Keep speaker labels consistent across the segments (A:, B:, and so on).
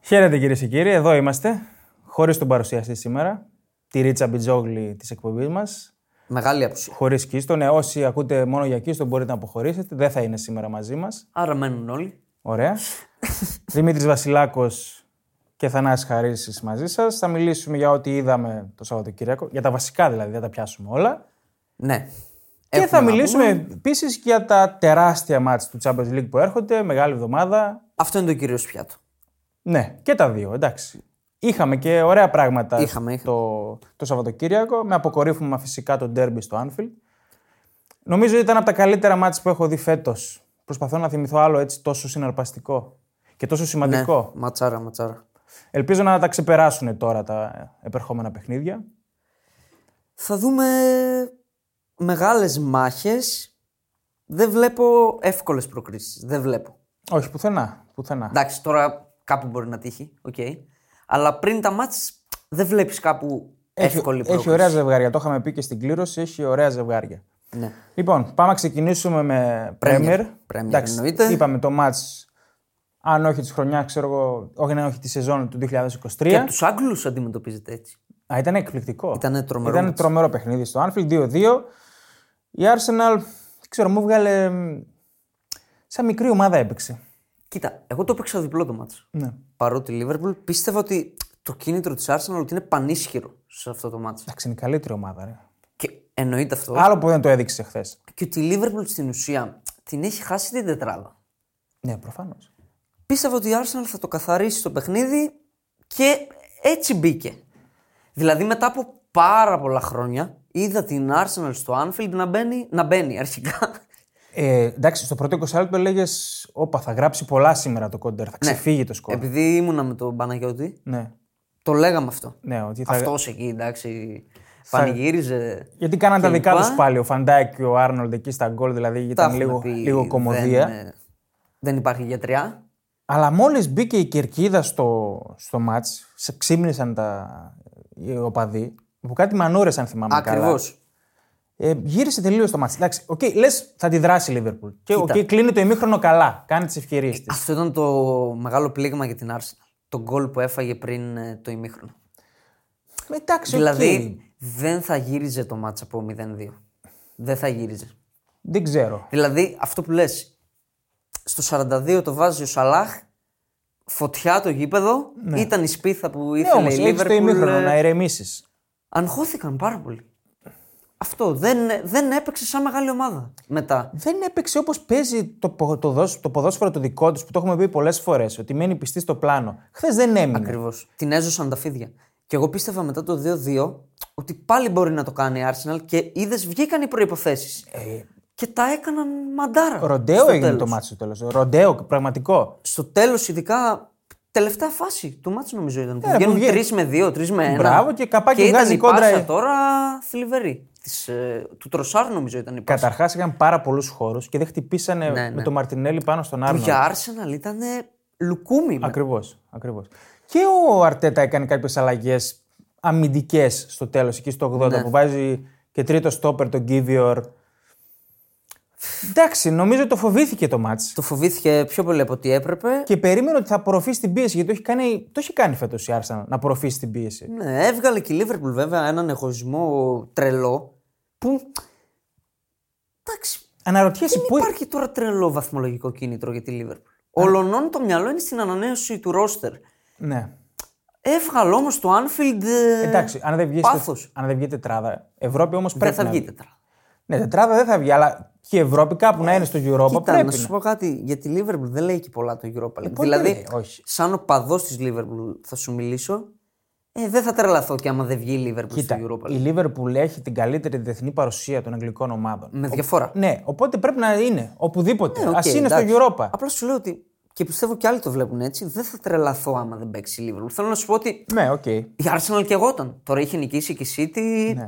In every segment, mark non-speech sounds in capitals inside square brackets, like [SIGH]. A: Χαίρετε κυρίες και κύριοι, εδώ είμαστε. Χωρίς τον παρουσιαστή σήμερα, τη Ρίτσα Μπιτζόγλη της εκπομπής μας.
B: Μεγάλη απουσία.
A: Χωρίς Κίστο. Ναι, όσοι ακούτε μόνο για Κίστο μπορείτε να αποχωρήσετε. Δεν θα είναι σήμερα μαζί μας.
B: Άρα μένουν όλοι.
A: Ωραία. Δημήτρης Βασιλάκος και Θανάσης Χαρίση μαζί σας. Θα μιλήσουμε για ό,τι είδαμε το Σαββατοκύριακο. Για τα βασικά δηλαδή, δεν τα πιάσουμε όλα.
B: Ναι.
A: Και θα μιλήσουμε επίσης για τα τεράστια μάτς του Champions League που έρχονται, μεγάλη εβδομάδα.
B: Αυτό είναι το κυρίω πιάτο.
A: Ναι, και τα δύο, εντάξει. Είχαμε και ωραία πράγματα
B: Είχαμε, είχαμε.
A: Το, το Σαββατοκύριακο, με αποκορύφωμα φυσικά το ντέρμπι στο Anfield. Νομίζω ήταν από τα καλύτερα μάτς που έχω δει φέτος. Προσπαθώ να θυμηθώ άλλο έτσι τόσο συναρπαστικό και τόσο σημαντικό.
B: Ναι, ματσάρα, ματσάρα.
A: Ελπίζω να τα ξεπεράσουν τώρα τα επερχόμενα παιχνίδια.
B: Θα δούμε μεγάλες μάχες. Δεν βλέπω εύκολες προκρίσεις. Δεν βλέπω.
A: Όχι, πουθενά. πουθενά.
B: Εντάξει, τώρα κάπου μπορεί να τύχει. Οκ. Αλλά πριν τα μάτς δεν βλέπεις κάπου εύκολη
A: έχει, έχει
B: πρόκριση.
A: ωραία ζευγάρια. Το είχαμε πει και στην κλήρωση. Έχει ωραία ζευγάρια.
B: Ναι.
A: Λοιπόν, πάμε να ξεκινήσουμε με Premier.
B: Premier. Premier εννοείται.
A: Είπαμε το match, αν όχι της χρονιάς, ξέρω εγώ, όχι, ναι, όχι τη σεζόν του 2023.
B: Και από τους Άγγλους αντιμετωπίζεται έτσι.
A: Α, ήταν εκπληκτικό.
B: Ήτανε τρομερό
A: Ήταν
B: μάτς.
A: τρομερό παιχνίδι στο Anfield 2-2. Η Arsenal, δεν ξέρω, μου βγάλε. μ, σαν μικρή ομάδα έπαιξε.
B: Κοίτα, εγώ το έπαιξα διπλό το μάτσο.
A: Ναι.
B: Παρότι η Liverpool πίστευα ότι το κίνητρο της Arsenal ότι είναι πανίσχυρο σε αυτό το μάτσο.
A: Εντάξει, είναι η καλύτερη ομάδα, ρε.
B: Και εννοείται αυτό.
A: Άλλο που δεν το έδειξε χθες.
B: Και ότι η Liverpool στην ουσία την έχει χάσει την τετράδα.
A: Ναι, προφανώς.
B: Πίστευα ότι η Arsenal θα το καθαρίσει το παιχνίδι και έτσι μπήκε. Δηλαδή μετά από πάρα πολλά χρόνια είδα την Arsenal στο Anfield να μπαίνει, να μπαίνει αρχικά.
A: Ε, εντάξει, στο πρώτο 20 λεπτό έλεγες: Όπα, θα γράψει πολλά σήμερα το κόντερ.
B: Ναι.
A: Θα ξεφύγει το σκορ.
B: Επειδή ήμουνα με τον Παναγιώτη,
A: Ναι,
B: το λέγαμε αυτό.
A: ναι, ότι θα...
B: Αυτός εκεί εντάξει πανηγύριζε.
A: Γιατί κάναν τα
B: Και
A: δικά
B: λοιπά.
A: τους πάλι. Ο Φαντάικ και ο Άρνολντ εκεί στα γκολ, δηλαδή ήταν
B: έχουμε
A: λίγο,
B: πει,
A: λίγο κομμωδία.
B: Δεν, ε, δεν υπάρχει γιατριά.
A: Αλλά μόλις μπήκε η κερκίδα στο, στο μάτ, σε ξύμνησαν τα οι οπαδοί. Που κάτι μανούρες, αν θυμάμαι
B: Ακριβώ.
A: καλά. Ε, γύρισε τελείως το μάτ. Εντάξει, οκ, λες, θα τη δράσει η Λίβερπουλ. Και οκ,
B: Κοίτα.
A: κλείνει το ημίχρονο καλά. Κάνει τις ευκαιρίες της.
B: Αυτό ήταν το μεγάλο πλήγμα για την Arsenal. Το γκολ που έφαγε πριν ε, το ημίχρονο.
A: Ε, Εντάξει, οκ.
B: Δηλαδή δεν θα γύριζε το μάτσα από 0-2. Δεν θα γύριζε.
A: Δεν ξέρω.
B: Δηλαδή αυτό που λες, στο 42 το βάζει ο Σαλάχ, φωτιά το γήπεδο, ήταν η σπίθα που
A: Ναι,
B: ήθελε
A: όμω,
B: η
A: έχεις το
B: Λίβερπουλ.
A: ημίχρονο ναι. να ηρεμήσεις.
B: Αγχώθηκαν πάρα πολύ. Αυτό δεν, δεν έπαιξε σαν μεγάλη ομάδα μετά.
A: δεν έπαιξε όπως παίζει το, πο- το, δοσ- το ποδόσφαιρο το δικό τους που το έχουμε πει πολλές φορές. Ότι μένει πιστή στο πλάνο. Χθες δεν έμεινε.
B: Ακριβώς. Την έζωσαν τα φίδια. Και εγώ πίστευα μετά το 2-2 ότι πάλι μπορεί να το κάνει η Arsenal και είδες βγήκαν οι προποθέσει. Και τα έκαναν μαντάρα.
A: Ε. Ροντέο
B: στο
A: έγινε
B: τέλος.
A: το μάτι στο τέλος. Ροντέο, πραγματικό.
B: Στο τέλος, ειδικά τελευταία φάση του μάτσου, νομίζω ήταν. που
A: που
B: βγαίνουν
A: Ε, βγαίνει.
B: 3 με 2, 3 με 1.
A: Μπράβο, και καπάκι
B: ήταν
A: βγάζει
B: η
A: κόντρα
B: πάσα
A: η-
B: τώρα θλιβερή. Της, ε, του Τροσάρ, νομίζω ήταν η πάσα.
A: Καταρχάς είχαν πάρα πολλούς χώρους και δεν χτυπήσανε
B: Ναι,
A: με το Μαρτινέλη πάνω στον
B: Που
A: Άρνο.
B: για Arsenal ήταν λουκούμι.
A: Ακριβώς. Ακριβώς. Και ο Αρτέτα έκανε κάποιες αλλαγές αμυντικές στο τέλος, εκεί στο
B: Ναι.
A: 80, που βάζει και τρίτο στόπερ τον Γκίβιορ. Εντάξει, νομίζω το φοβήθηκε το μάτς.
B: Το φοβήθηκε πιο πολύ από ό,τι έπρεπε.
A: Και περίμενε ότι θα απορροφήσει την πίεση. Γιατί το έχει κάνει, το έχει κάνει φέτος η Arsenal να απορροφήσει την πίεση.
B: Ναι, έβγαλε και η Λίβερπουλ βέβαια έναν εγωισμό τρελό που. Εντάξει,
A: Αναρωτιέσαι
B: δεν
A: πού.
B: υπάρχει τώρα τρελό βαθμολογικό κίνητρο για τη Λίβερπουλ.
A: Ε.
B: Ολονών το μυαλό είναι στην ανανέωση του ρόστερ.
A: Ναι.
B: Έβγαλε όμως το Anfield. ε,
A: Εντάξει, αν δεν βγει.
B: πάθος.
A: Αν δεν βγει τετράδα. Ευρώπη όμως
B: δεν
A: πρέπει.
B: θα
A: να...
B: βγει τετρά.
A: Ναι, τετράδα δεν θα βγει, αλλά και η Ευρώπη κάπου να είναι στο Europa
B: Ε, Κοίτα,
A: πρέπει. Ε,
B: να σου πω κάτι. Για τη Λίβερπουλ δεν λέει και πολλά το Europa League.
A: πολύ λέει,
B: δηλαδή,
A: όχι.
B: σαν οπαδό της Λίβερπουλ θα σου μιλήσω. Ε, δεν θα τρελαθώ και άμα δεν βγει η Λίβερπουλ
A: Κοίτα,
B: στο Europa League.
A: η Liverpool έχει την καλύτερη διεθνή παρουσία των αγγλικών ομάδων.
B: Με διαφορά.
A: Ναι, οπότε πρέπει να είναι οπουδήποτε.
B: Ναι,
A: Α
B: οκ,
A: είναι
B: εντάξει.
A: στο Europa.
B: Απλά σου λέω ότι. Και πιστεύω και άλλοι το βλέπουν έτσι. Δεν θα τρελαθώ άμα δεν παίξει η Liverpool. Θέλω να σου πω ότι
A: Ναι, οκ.
B: η Arsenal και εγώ ήταν. Τώρα είχε νικήσει και η City.
A: Ναι.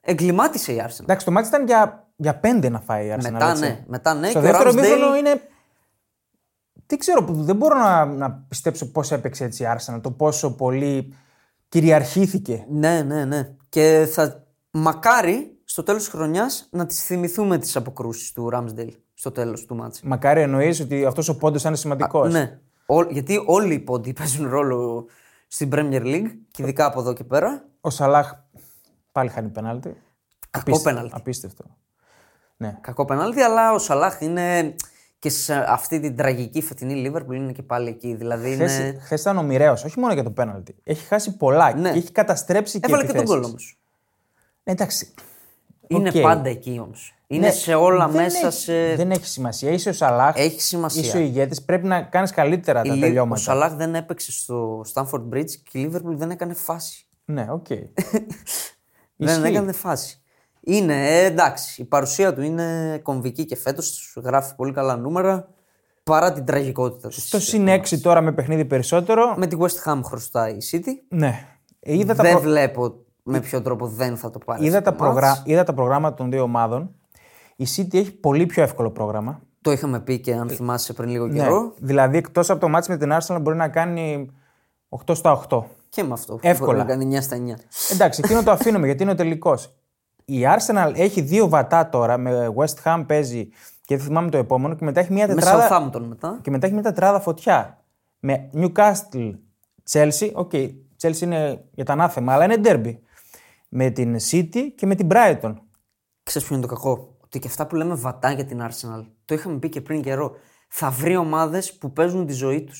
B: Εγκλημάτισε η Arsenal.
A: Εντάξει, το μάτι ήταν για, για πέντε να φάει η Arsenal.
B: μετά,
A: έτσι.
B: ναι, μετά ναι.
A: Στο
B: και ο
A: δεύτερο
B: Ramsdale-
A: μήχρονο είναι. Τι ξέρω, που δεν μπορώ να, να πιστέψω πώς έπαιξε έτσι η Arsenal, το πόσο πολύ κυριαρχήθηκε.
B: Ναι, ναι, ναι. Και θα μακάρι στο τέλος της χρονιάς να τις θυμηθούμε τις αποκρούσεις του Ramsdale στο τέλος του μάτσα.
A: Μακάρι εννοείς ότι αυτός ο πόντος ήταν σημαντικό.
B: Ναι. Ό- γιατί όλοι οι πόντοι [LAUGHS] παίζουν ρόλο στην Premier League και ειδικά από εδώ και πέρα.
A: Ο Σαλάχ πάλι χάνει πενάλτη.
B: Κακό πέναλτι.
A: Απίστευτο. Ναι.
B: Κακό πέναλτι, αλλά ο Σαλάχ είναι και σε αυτή την τραγική φετινή Λίβερπουλ είναι και πάλι εκεί. Δηλαδή είναι...
A: Χθες χθες ήταν ομοιραίο, όχι μόνο για το πέναλτι. Έχει χάσει πολλά
B: Ναι.
A: και έχει καταστρέψει και
B: Έβαλε και τον
A: επιθέσεις.
B: κόλλο όμως.
A: Ναι, εντάξει.
B: Είναι
A: Οκ.
B: πάντα εκεί όμως. Είναι
A: Ναι,
B: σε όλα
A: δεν
B: μέσα.
A: έχει-
B: σε...
A: Δεν έχει σημασία. Είσαι ο Σαλάχ.
B: Έχει σημασία.
A: Είσαι ο ηγέτης. Πρέπει να κάνεις καλύτερα
B: Η
A: τα
B: Λι- Ο
A: τελειώματα.
B: Σαλάχ δεν έπαιξε στο Stanford Bridge και η Λίβερπουλ δεν έκανε φάση.
A: Ναι, οκ.
B: Δεν έκανε φάση. Είναι ε, εντάξει. Η παρουσία του είναι κομβική και φέτος. Γράφει πολύ καλά νούμερα παρά την τραγικότητα του.
A: Το συν 6 τώρα με παιχνίδι περισσότερο.
B: Με τη West Ham χρωστάει η City.
A: Ναι. Ε, Είδα τα,
B: δεν
A: προ-
B: βλέπω με ποιο τρόπο δεν θα το πάρει.
A: είδα,
B: αυτό
A: τα
B: το μάτς.
A: προγρά- είδα τα προγράμματα των δύο ομάδων. Η City έχει πολύ πιο εύκολο πρόγραμμα.
B: Το είχαμε πει και αν θυμάσαι πριν λίγο καιρό.
A: Ε, Ναι. Δηλαδή, εκτός από το μάτς με την Arsenal μπορεί να κάνει 8 στα 8.
B: Και με αυτό.
A: Εύκολα.
B: Μπορεί να κάνει 9 στα 9.
A: Εντάξει, εκείνο το αφήνουμε γιατί είναι ο τελικός. Η Arsenal έχει δύο βατά τώρα. Με West Ham παίζει και δεν θυμάμαι το επόμενο. Και μετά έχει μια
B: Με
A: τετράδα,
B: Southampton μετά.
A: και μετά έχει μια τετράδα φωτιά. Με Newcastle, Chelsea. Οκ, Chelsea είναι για τα ανάθεμα, αλλά είναι derby. Με την City και με την Brighton.
B: Ξέρεις ποιο είναι το κακό. Ότι και αυτά που λέμε βατά για την Arsenal, το είχαμε πει και πριν καιρό. Θα βρει ομάδες που παίζουν τη ζωή τους.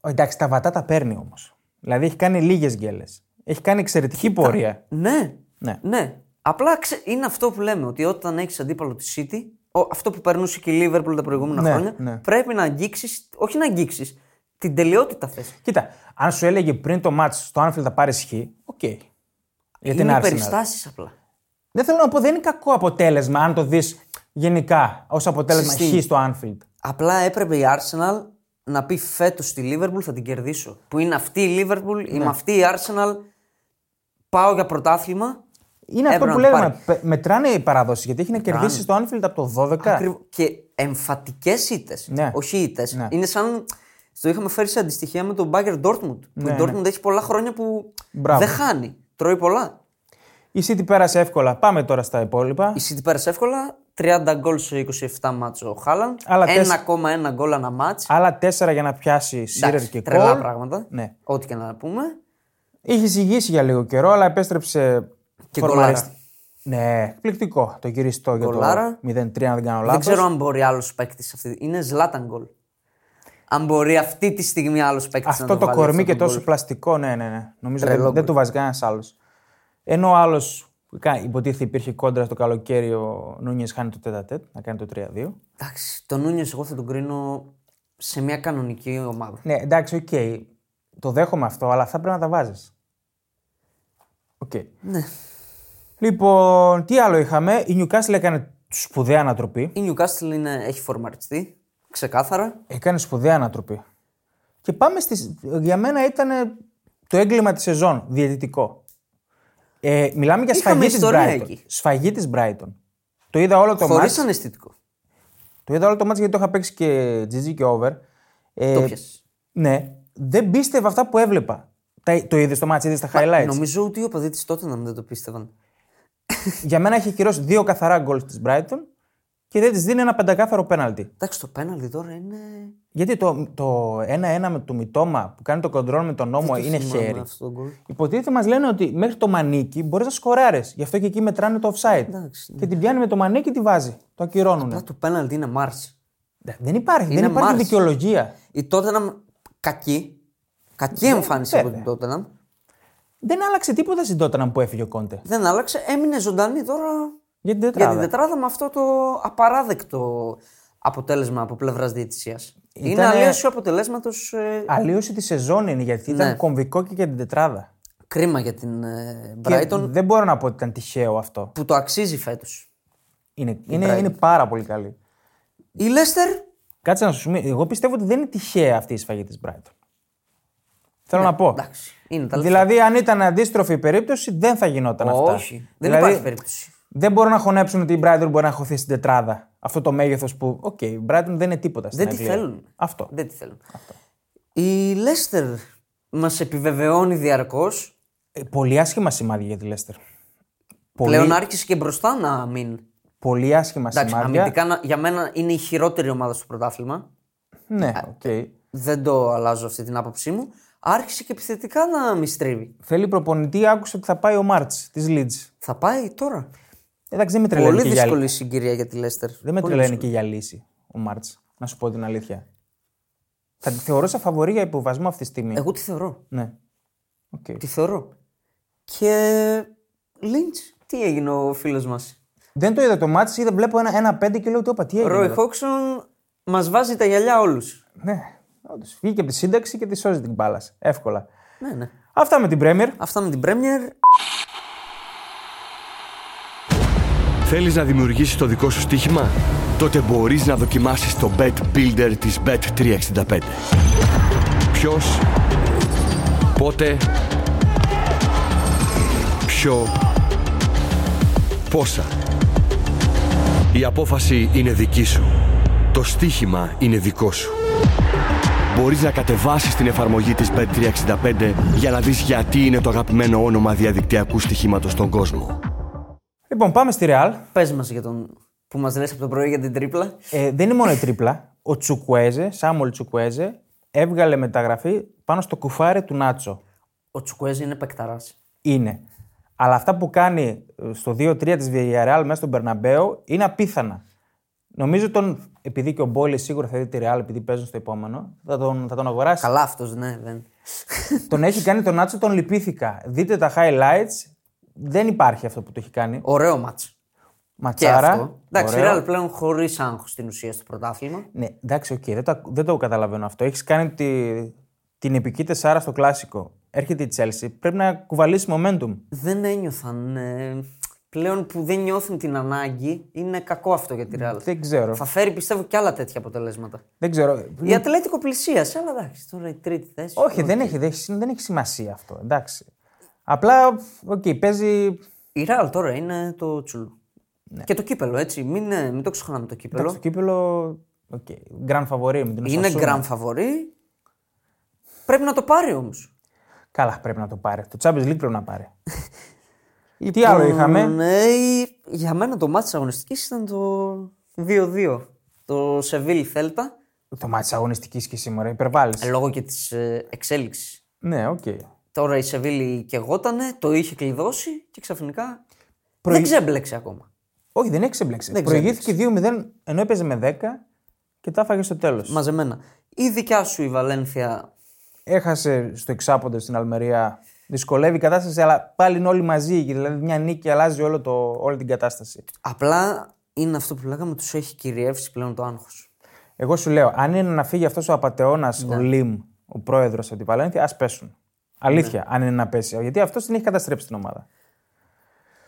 A: Ο, Εντάξει, τα βατά τα παίρνει όμως. Δηλαδή έχει κάνει λίγες γκέλες. Έχει κάνει εξαιρετική πορεία.
B: Ναι.
A: Ναι.
B: ναι. Απλά ξε- είναι αυτό που λέμε, ότι όταν έχεις αντίπαλο της City, ο- αυτό που περνούσε και η Liverpool τα προηγούμενα
A: Ναι,
B: χρόνια,
A: ναι.
B: πρέπει να αγγίξεις, όχι να αγγίξεις, την τελειότητα θες.
A: Κοίτα, αν σου έλεγε πριν το μάτς στο Anfield θα πάρεις χ, οκ. Για την
B: Είναι
A: Arsenal.
B: περιστάσεις απλά.
A: Δεν θέλω να πω, δεν είναι κακό αποτέλεσμα αν το δεις γενικά ως αποτέλεσμα
B: Συστήνει.
A: χ στο Anfield.
B: Απλά έπρεπε η Arsenal να πει φέτος στη Liverpool θα την κερδίσω. Που είναι αυτή η Liverpool,
A: Ναι.
B: είμαι αυτή η Arsenal. Πάω για πρωτάθλημα.
A: Είναι
B: Έπρεπε
A: αυτό που
B: να το
A: λέμε. πε- Μετράνε οι παραδόσεις γιατί έχει να κερδίσει στο Anfield από το 12.
B: Ακριβ- Και εμφατικές ήττες.
A: Ναι.
B: Όχι ήττες.
A: Ναι.
B: Είναι σαν. Το είχαμε φέρει σε αντιστοιχεία με τον Μπάγκερ Ντόρτμουντ. Που η Ντόρτμουντ έχει πολλά χρόνια που
A: Ναι, Μπράβο.
B: δεν χάνει. Τρώει πολλά.
A: Η City πέρασε εύκολα. Πάμε τώρα στα υπόλοιπα.
B: Η City πέρασε εύκολα. 30 γκολ σε 27 μάτσο ο Χάλαντ.
A: Άλλα
B: 1,1 γκολ ανά μάτς.
A: Άλλα τέσσερα για να πιάσει Σίρερ
B: Εντάξει,
A: και
B: Τρελά
A: Κόλ.
B: πράγματα.
A: Ναι.
B: Ό,τι και να πούμε.
A: Είχε ζυγίσει για λίγο καιρό, αλλά επέστρεψε.
B: Και
A: φορμαρίστη- Ναι, εκπληκτικό το γυριστό για
B: Γκολάρα.
A: το 0-3, αν δεν κάνω λάθο.
B: Δεν ξέρω αν μπορεί άλλος παίκτης αυτή. Είναι Zlatan γκολ. Αν μπορεί αυτή τη στιγμή άλλος παίκτης να
A: Αυτό το
B: βάλει
A: κορμί και
B: αυτό το
A: τόσο
B: γκολ.
A: πλαστικό, ναι, ναι, ναι. Νομίζω
B: Τρελό
A: δεν, δεν
B: γκολ.
A: του βάζει κανένας άλλος. Ενώ ο άλλο, υποτίθεται υπήρχε κόντρα στο καλοκαίρι, ο Νούνιες χάνει το τέτα τέτ, να κάνει το 3-2.
B: Εντάξει, τον Νούνιο εγώ θα τον κρίνω σε μια κανονική ομάδα.
A: Ναι, εντάξει, οκ. Το δέχομαι αυτό, αλλά αυτά πρέπει να τα βάζεις. Οκ.
B: Ναι.
A: Λοιπόν, τι άλλο είχαμε. Η Newcastle έκανε σπουδαία ανατροπή.
B: Η Newcastle είναι, έχει φορμαριστεί. Ξεκάθαρα.
A: Έκανε σπουδαία ανατροπή. Και πάμε στις... Για μένα ήταν το έγκλημα της σεζόν, διαιτητικό. Ε, μιλάμε για
B: Είχαμε
A: σφαγή της
B: ιστορία
A: Brighton.
B: εκεί.
A: Σφαγή της Brighton. Το είδα όλο το
B: Χωρίς
A: μάτς.
B: αναισθητικό.
A: Το είδα όλο το μάτς γιατί το είχα παίξει και GG και over. Ε,
B: Το πιασε.
A: ναι, δεν πίστευα αυτά που έβλεπα. Τα- Το είδες το μάτς, είδες τα highlights.
B: Νομίζω ότι οι οπαδοί τη τότε να μην δεν το πίστευαν.
A: Για μένα έχει κυρώσει δύο καθαρά γκολ της Brighton και δεν της δίνει ένα πεντακάθαρο πέναλτι.
B: Εντάξει, το πέναλτι τώρα είναι.
A: Γιατί το, το 1-1 με το Μιτόμα που κάνει το κοντρόλ με τον νόμο
B: το
A: είναι
B: θυμάμαι
A: χέρι.
B: Αυτό το γκολ.
A: Υποτίθεται μας λένε ότι μέχρι το μανίκι μπορείς να σκοράρεις. Γι' αυτό και εκεί μετράνε το offside.
B: Εντάξει,
A: Και την πιάνει με το μανίκι τη βάζει. Το ακυρώνουν.
B: Απλά το πέναλτι είναι Μάρση.
A: Δεν υπάρχει,
B: Είναι
A: δεν υπάρχει
B: Mars.
A: δικαιολογία.
B: Η Tottenham κακή. Κακή εμφάνιση από την Tottenham.
A: Δεν άλλαξε τίποτα στην Tottenham που έφυγε ο Κόντε.
B: Δεν άλλαξε. Έμεινε ζωντανή τώρα
A: Γιατί δεν
B: για την τετράδα με αυτό το απαράδεκτο αποτέλεσμα από πλευράς διαιτησίας. Είναι αλλίωση αποτελέσματος. ε,
A: Αλλίωση της σεζόν είναι γιατί ήταν
B: Ναι.
A: κομβικό και για την τετράδα.
B: κρίμα για την ε,
A: Και
B: Brighton
A: Δεν μπορώ να πω ότι ήταν τυχαίο αυτό.
B: που το αξίζει φέτος.
A: Είναι, είναι, είναι πάρα πολύ καλή.
B: Η Leicester
A: Κάτσε να σου μιλήσω. Εγώ πιστεύω ότι δεν είναι τυχαία αυτή η σφαγή της Brighton. Θέλω να πω.
B: Ναι, Εντάξει. Είναι τα λεφτά.
A: Δηλαδή, αν ήταν αντίστροφη η περίπτωση, δεν θα γινόταν αυτά.
B: Όχι. Δεν
A: Δηλαδή,
B: υπάρχει περίπτωση.
A: Δεν μπορούν να χωνέψουν ότι η Brighton μπορεί να χωθεί στην τετράδα. Αυτό το μέγεθος που. Οκ, η Brighton δεν είναι τίποτα στην
B: Δεν τη
A: Αγγλία.
B: θέλουν.
A: Αυτό.
B: Δεν τη θέλουν. Η Leicester μας επιβεβαιώνει διαρκώς.
A: Ε, πολύ άσχημα σημάδια για τη Λέστερ. Πολύ,
B: Πλέον άρχισε και μπροστά να μείνει.
A: πολύ άσχημα
B: Εντάξει,
A: σημάδια.
B: αμυντικά να- για μένα είναι η χειρότερη ομάδα στο πρωτάθλημα.
A: Ναι, οκ.
B: δεν το αλλάζω αυτή την άποψή μου, άρχισε και επιθετικά να μη στρίβει.
A: Θέλει προπονητή, άκουσε ότι θα πάει ο Μάρτ της Λίτζ.
B: Θα πάει τώρα.
A: Ε, Εντάξει, δεν με τρελαίνει
B: Πολύ
A: και για
B: δύσκολη
A: λύση.
B: συγκυρία για τη Λέστερ.
A: Δεν με τρελαίνει και για λύση ο Μάρτ, να σου πω την αλήθεια. Θα τη θεωρούσα φαβορή για υποβασμό αυτή τη στιγμή.
B: Εγώ τη θεωρώ.
A: Ναι. Οκ.
B: Τη θεωρώ. Και. Λίντ, τι έγινε ο φίλος μας.
A: Δεν το είδα το μάτι, είδα, βλέπω ένα, ένα πέντε και λέω ότι όπα, τι έγινε.
B: Ρόι
A: εδώ».
B: Χόξον μας βάζει τα γυαλιά όλους.
A: Ναι, όντως. Βγήκε από τη σύνταξη και τη σώζει την μπάλα. Εύκολα.
B: Ναι, ναι.
A: Αυτά με την Πρέμιερ.
B: Αυτά με την Πρέμιερ.
C: Θέλεις να δημιουργήσεις το δικό σου στοίχημα? Τότε μπορείς να δοκιμάσεις το Bet Builder της Bet365. Ποιος, πότε, ποιο, πόσα. Η απόφαση είναι δική σου. Το στοίχημα είναι δικό σου. Μπορείς να κατεβάσεις την εφαρμογή της Bet365 για να δεις γιατί είναι το αγαπημένο όνομα διαδικτυακού στοιχήματος στον κόσμο.
A: Λοιπόν, πάμε στη Ρεάλ.
B: Πες μας για τον. που μας λες από το πρωί για την τρίπλα.
A: Ε, δεν είναι μόνο η τρίπλα. Ο Τσουκουέζε, Σάμολ Τσουκουέζε, έβγαλε μεταγραφή πάνω στο κουφάρι του Νάτσο.
B: Ο Τσουκουέζ είναι παικταράς.
A: Είναι. Αλλά αυτά που κάνει ε, στο 2-3 της Villarreal μέσα στον Περναμπέο είναι απίθανα. Νομίζω τον. Επειδή και ο Μπόλι σίγουρα θα δει τη Ρεάλ επειδή παίζουν στο επόμενο, θα τον, θα τον αγοράσει.
B: Καλά αυτός, ναι, δεν.
A: Τον έχει κάνει τον Νάτσο, τον λυπήθηκα. Δείτε τα highlights. Δεν υπάρχει αυτό που το έχει κάνει.
B: Ωραίο μάτσο. Και
A: Ματσάρα.
B: αυτό. Εντάξει, η
A: ωραίο.
B: Real πλέον χωρίς άγχος στην ουσία στο πρωτάθλημα.
A: Ναι, εντάξει, οκ, δεν, το, δεν το καταλαβαίνω αυτό. Έχεις κάνει τη, την επική τεσσάρα στο κλασικό. Έρχεται η Chelsea. Πρέπει να κουβαλήσει momentum.
B: Δεν ένιωθαν. ε, πλέον που δεν νιώθουν την ανάγκη, είναι κακό αυτό για τη Real.
A: Δεν ξέρω.
B: Θα φέρει πιστεύω και άλλα τέτοια αποτελέσματα.
A: Δεν ξέρω.
B: Η Ατλέτικο πλησίασε, αλλά εντάξει, τώρα η τρίτη θέση.
A: Ναι. Όχι, δεν έχει, δεν, έχει, δεν έχει σημασία αυτό. Εντάξει. Απλά, οκ, παίζει.
B: Η Real τώρα είναι το τσουλού. Και το κύπελο, έτσι. Μην, ε, μην το ξεχνάμε το κύπελο.
A: Στο κύπελο. Οκ, grand favori με την
B: είναι
A: Osasuna.
B: grand φαβορή. Πρέπει να το πάρει όμως.
A: Καλά, πρέπει να το πάρει. Το Champions League πρέπει να
B: [LAUGHS]
A: πάρει. Τι άλλο είχαμε.
B: Ναι, η- για μένα το μάτι της αγωνιστικής ήταν το 2-2. Το Σεβίλ Θέλτα. Ε,
A: Το μάτι της αγωνιστικής και σήμερα, υπερβάλλεις.
B: Λόγω και της εξέλιξης.
A: Ναι, οκ.
B: Τώρα η Σεβίλη κεγότανε, το είχε κλειδώσει και ξαφνικά.
A: Προηγ-
B: Δεν ξέμπλεξε ακόμα.
A: Όχι, δεν έχει ξεμπλέξει.
B: Δεν
A: Προηγήθηκε 2-0 ενώ έπαιζε με 10 και τα έφαγε στο τέλος.
B: Μαζεμένα. Η δικιά σου η Βαλένθια
A: Έχασε στο εξάποντο στην Αλμερία. Δυσκολεύει η κατάσταση, αλλά πάλι είναι όλοι μαζί. Δηλαδή, μια νίκη αλλάζει όλο το, όλη την κατάσταση.
B: απλά είναι αυτό που λέγαμε, τους έχει κυριεύσει πλέον το άγχος.
A: Εγώ σου λέω, αν είναι να φύγει αυτός ο απαταιώνας,
B: Ναι.
A: ο Λιμ, ο πρόεδρος από τη Βαλένθια, ας πέσουν. Αλήθεια,
B: Ναι.
A: αν είναι να πέσει. Γιατί αυτός την έχει καταστρέψει την ομάδα.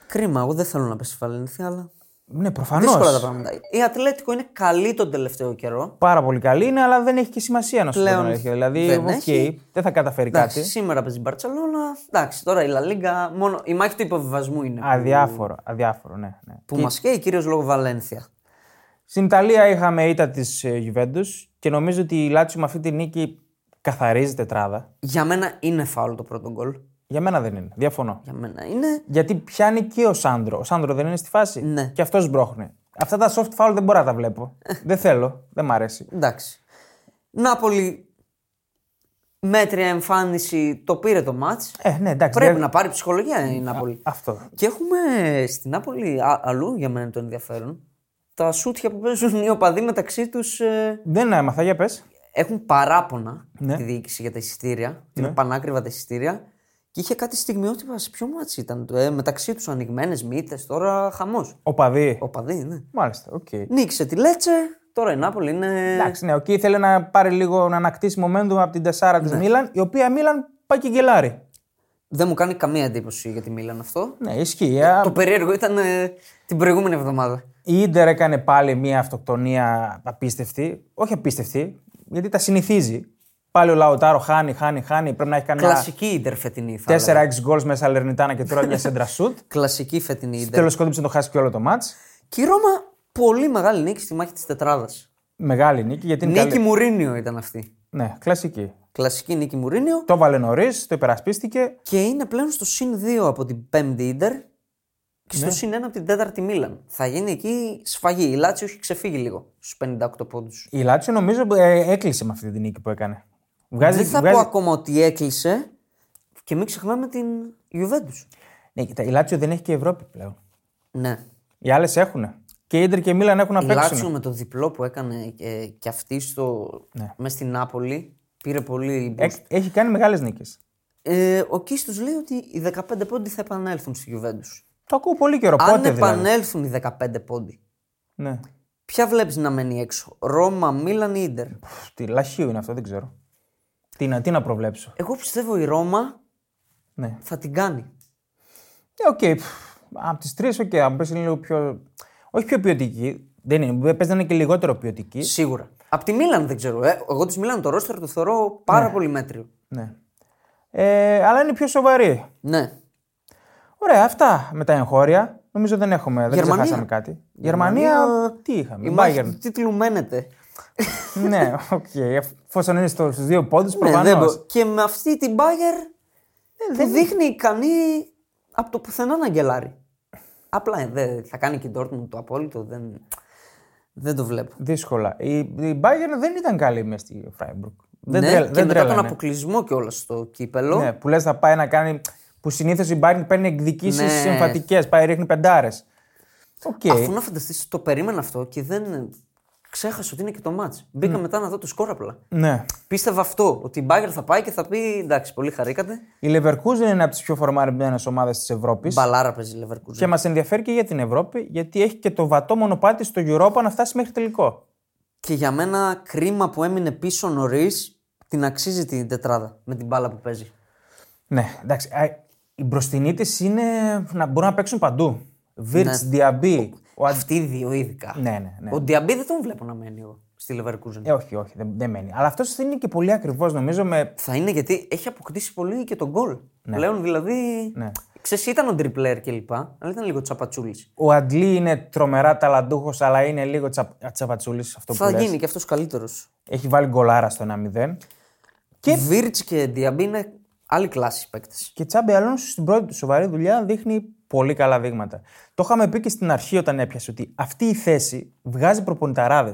B: Κρίμα, εγώ δεν θέλω να πέσει η Βαλένθια, αλλά.
A: Ναι, προφανώς.
B: Δύσκολα τα πράγματα. Η Ατλέτικο είναι καλή τον τελευταίο καιρό.
A: Πάρα πολύ καλή είναι, αλλά δεν έχει και σημασία να σου πω την
B: Πλέον
A: αλήθεια. Δηλαδή,
B: δεν
A: οκ,
B: έχει.
A: δεν θα καταφέρει
B: Εντάξει,
A: κάτι.
B: σήμερα παίζει η Μπαρσελόνα. Εντάξει, τώρα η Λα Λίγκα. Μόνο... Η μάχη του υποβιβασμού είναι.
A: Αδιάφορο, αδιάφορο, ναι. ναι.
B: Που μας καίει κυρίως λόγω Βαλένθια.
A: Στην Ιταλία είχαμε ήττα της Juventus και νομίζω ότι η Λάτσιο με αυτή τη νίκη καθαρίζει τετράδα.
B: Για μένα είναι φάουλ το πρώτο γκολ.
A: Για μένα δεν είναι. Διαφωνώ.
B: Για μένα είναι.
A: Γιατί πιάνει και ο Σάντρο. Ο Σάντρο δεν είναι στη φάση.
B: Ναι.
A: Και αυτός μπρόχνει. Αυτά τα soft foul δεν μπορώ να τα
B: [LAUGHS]
A: βλέπω. δεν θέλω. Δεν μ' αρέσει.
B: Εντάξει. Νάπολη. Μέτρια εμφάνιση το πήρε το μάτς.
A: Ε, ναι, εντάξει.
B: Πρέπει
A: δεν-
B: να πάρει ψυχολογία η Νάπολη.
A: Αυτό.
B: Και έχουμε στην Νάπολη α- αλλού για μένα το ενδιαφέρον. Τα σούτια που παίζουν οι οπαδοί μεταξύ ε, του
A: Δεν έμαθα, για πες.
B: έχουν παράπονα
A: Ναι.
B: τη διοίκηση για τα εισιτήρια. Είναι πανάκριβα τα εισιτήρια. Και είχε κάτι στιγμιότυπα σε ποιο μάτσο ήταν. Το, ε, μεταξύ τους ανοιγμένες μύτες, τώρα χαμός.
A: Οπαδί.
B: Οπαδοί, ναι.
A: Μάλιστα, οκ.
B: Νίκησε τη Λέτσε, τώρα η Νάπολη είναι.
A: Εντάξει, ναι, οκ. Ήθελε να πάρει λίγο να ανακτήσει momentum από την 4
B: Ναι.
A: τη Μίλαν, η οποία Μίλαν πάει και γκελάρει.
B: Δεν μου κάνει καμία εντύπωση για τη Μίλαν αυτό.
A: Ναι, ισχύει. ε.
B: Το περίεργο ήταν ε, την προηγούμενη εβδομάδα.
A: Η Ίντερ έκανε πάλι μια αυτοκτονία απίστευτη. Όχι απίστευτη, γιατί τα συνηθίζει. Πάλι ο Λαουτάρο χάνει, χάνει, χάνει. Πρέπει να έχει κάνει ένα
B: Κλασική ίντερ φετινή θα έλεγα.
A: 4-6 γκολ με Σαλερνιτάνα και τώρα μια σέντρα
B: [LAUGHS] Ναι.
A: σουτ.
B: Κλασική φετινή ίντερ.
A: Τέλος κόντυψε να το χάσει και όλο το μάτ.
B: Και η Ρώμα πολύ μεγάλη νίκη στη μάχη της Τετράδας.
A: Μεγάλη νίκη, γιατί είναι
B: Νίκη
A: καλή.
B: Μουρίνιο ήταν αυτή.
A: Ναι, κλασική.
B: Κλασική νίκη Μουρίνιο.
A: Το βάλε νωρίς, το υπερασπίστηκε.
B: Και είναι πλέον στο συν 2 από την πέμπτη ίντερ και
A: Ναι.
B: στο συν ένα από την τέταρτη Μίλαν. Θα γίνει εκεί σφαγή. Η Λάτσιο έχει ξεφύγει λίγο στους 58 πόντους.
A: Η Λάτσιο νομίζω ε, έκλεισε με αυτή την νίκη που έκανε. Βγάζει,
B: Δεν θα
A: βγάζει...
B: πω ακόμα ότι έκλεισε. Και μην ξεχνάμε την Juventus.
A: Ναι, κοίτα, η Λάτσιο δεν έχει και Ευρώπη πλέον.
B: Ναι.
A: Οι άλλες έχουν. Και η Ίντερ και η Μίλαν έχουν να
B: Η
A: παίξουν.
B: Λάτσιο με το διπλό που έκανε και, και αυτή στο...
A: Ναι.
B: μες στην Νάπολη πήρε πολύ. boost.
A: Έχ- έχει κάνει μεγάλες νίκες.
B: Ε, ο Κις τους λέει ότι οι 15 πόντοι θα επανέλθουν στη Juventus.
A: Το ακούω πολύ καιρό.
B: Αν
A: Πότε δηλαδή.
B: επανέλθουν οι 15 πόντοι,
A: Ναι.
B: ποια βλέπεις να μένει έξω, Ρώμα, Μίλαν ή Ιντερ.
A: Πφ, Τι λαχείο είναι αυτό, δεν ξέρω. Τι να, τι να προβλέψω.
B: Εγώ πιστεύω η Ρώμα
A: Ναι.
B: θα την κάνει.
A: Ε, οκ. από τις τρεις, οκ. Αν πες είναι λίγο πιο. Όχι πιο ποιοτική. Δεν είναι. ε, Πες να είναι και λιγότερο ποιοτική.
B: Σίγουρα. Απ' τη Μίλαν δεν ξέρω. Ε. Εγώ τη Μίλαν το ρόστερ το θεωρώ πάρα πολύ μέτριο.
A: Ναι. Ε, αλλά είναι πιο σοβαρή.
B: Ναι.
A: Ωραία, αυτά με τα εγχώρια. Νομίζω δεν έχουμε. Δεν
B: Γερμανία.
A: ξεχάσαμε κάτι. Γερμανία, τι είχαμε.
B: Η
A: Η
B: μάχη του τίτλου μένεται.
A: ναι, οκ. Εφόσον είναι στους δύο πόντους,
B: Ναι, δεν
A: προφανώ.
B: μπο- Και με αυτή την Bayern
A: Ε,
B: που δείχνει ικανή από το πουθενά να γκελάρει. Απλά ε, δεν- θα κάνει και η Dortmund το απόλυτο. Δεν, δεν το βλέπω.
A: Δύσκολα. Η, η Bayern δεν ήταν καλή μέσα στη Φράιμπουργκ. Δεν,
B: ναι,
A: τρέλα-
B: και
A: δεν
B: μετά
A: τρέλανε.
B: τον αποκλεισμό και όλα στο κύπελο.
A: Ναι, που λες θα πάει να κάνει. που συνήθως η Bayern παίρνει εκδικήσεις
B: Ναι.
A: συμφατικέ. Πάει, ρίχνει πεντάρες. Οκ.
B: Αφού να φανταστείς το περίμενα αυτό και δεν ξέχασα ότι είναι και το μάτς. Μπήκα μετά να δω το σκορ απλά.
A: Ναι.
B: Πίστευα αυτό, ότι η Bayern θα πάει και θα πει εντάξει, πολύ χαρήκατε.
A: Η Leverkusen είναι από τις πιο φορμαρισμένε ομάδες της Ευρώπης.
B: Μπαλάρα παίζει η Leverkusen.
A: Και μας ενδιαφέρει και για την Ευρώπη, γιατί έχει και το βατό μονοπάτι στο Europa να φτάσει μέχρι τελικό.
B: Και για μένα κρίμα που έμεινε πίσω νωρίς, την αξίζει την τετράδα με την μπάλα που παίζει.
A: Ναι, εντάξει. α, η μπροστινή της είναι να μπορούν να παίξουν παντού.
B: Ναι.
A: Βίρτ, Διαμπή. Ο... Αν-
B: Αυτοί οι δύο ειδικά.
A: Ναι, ναι, ναι.
B: Ο Ντιαμπή δεν τον βλέπω να μένει εγώ στη Leverkusen.
A: Ε, όχι, όχι, δεν, δεν μένει. Αλλά αυτός είναι και πολύ ακριβώ, νομίζω. Με...
B: Θα είναι γιατί έχει αποκτήσει πολύ και τον γκολ. Πλέον δηλαδή.
A: Ναι.
B: Ξέρεις, ήταν ο τριπλέρ κλπ. Αλλά ήταν λίγο τσαπατσούλης.
A: Ο Αντλή είναι τρομερά ταλαντούχος, αλλά είναι λίγο τσα... τσαπατσούλης αυτό που
B: Θα
A: λες.
B: γίνει και αυτός καλύτερος.
A: Έχει βάλει γκολάρα στο 1-0.
B: Και... Βίρτ και Ντιαμπή είναι άλλη κλάση παίκτες.
A: Και Τσάμπε Αλόνσο στην πρώτη του σοβαρή δουλειά δείχνει πολύ καλά δείγματα. Το είχαμε πει και στην αρχή όταν έπιασε ότι αυτή η θέση βγάζει προπονηταράδες.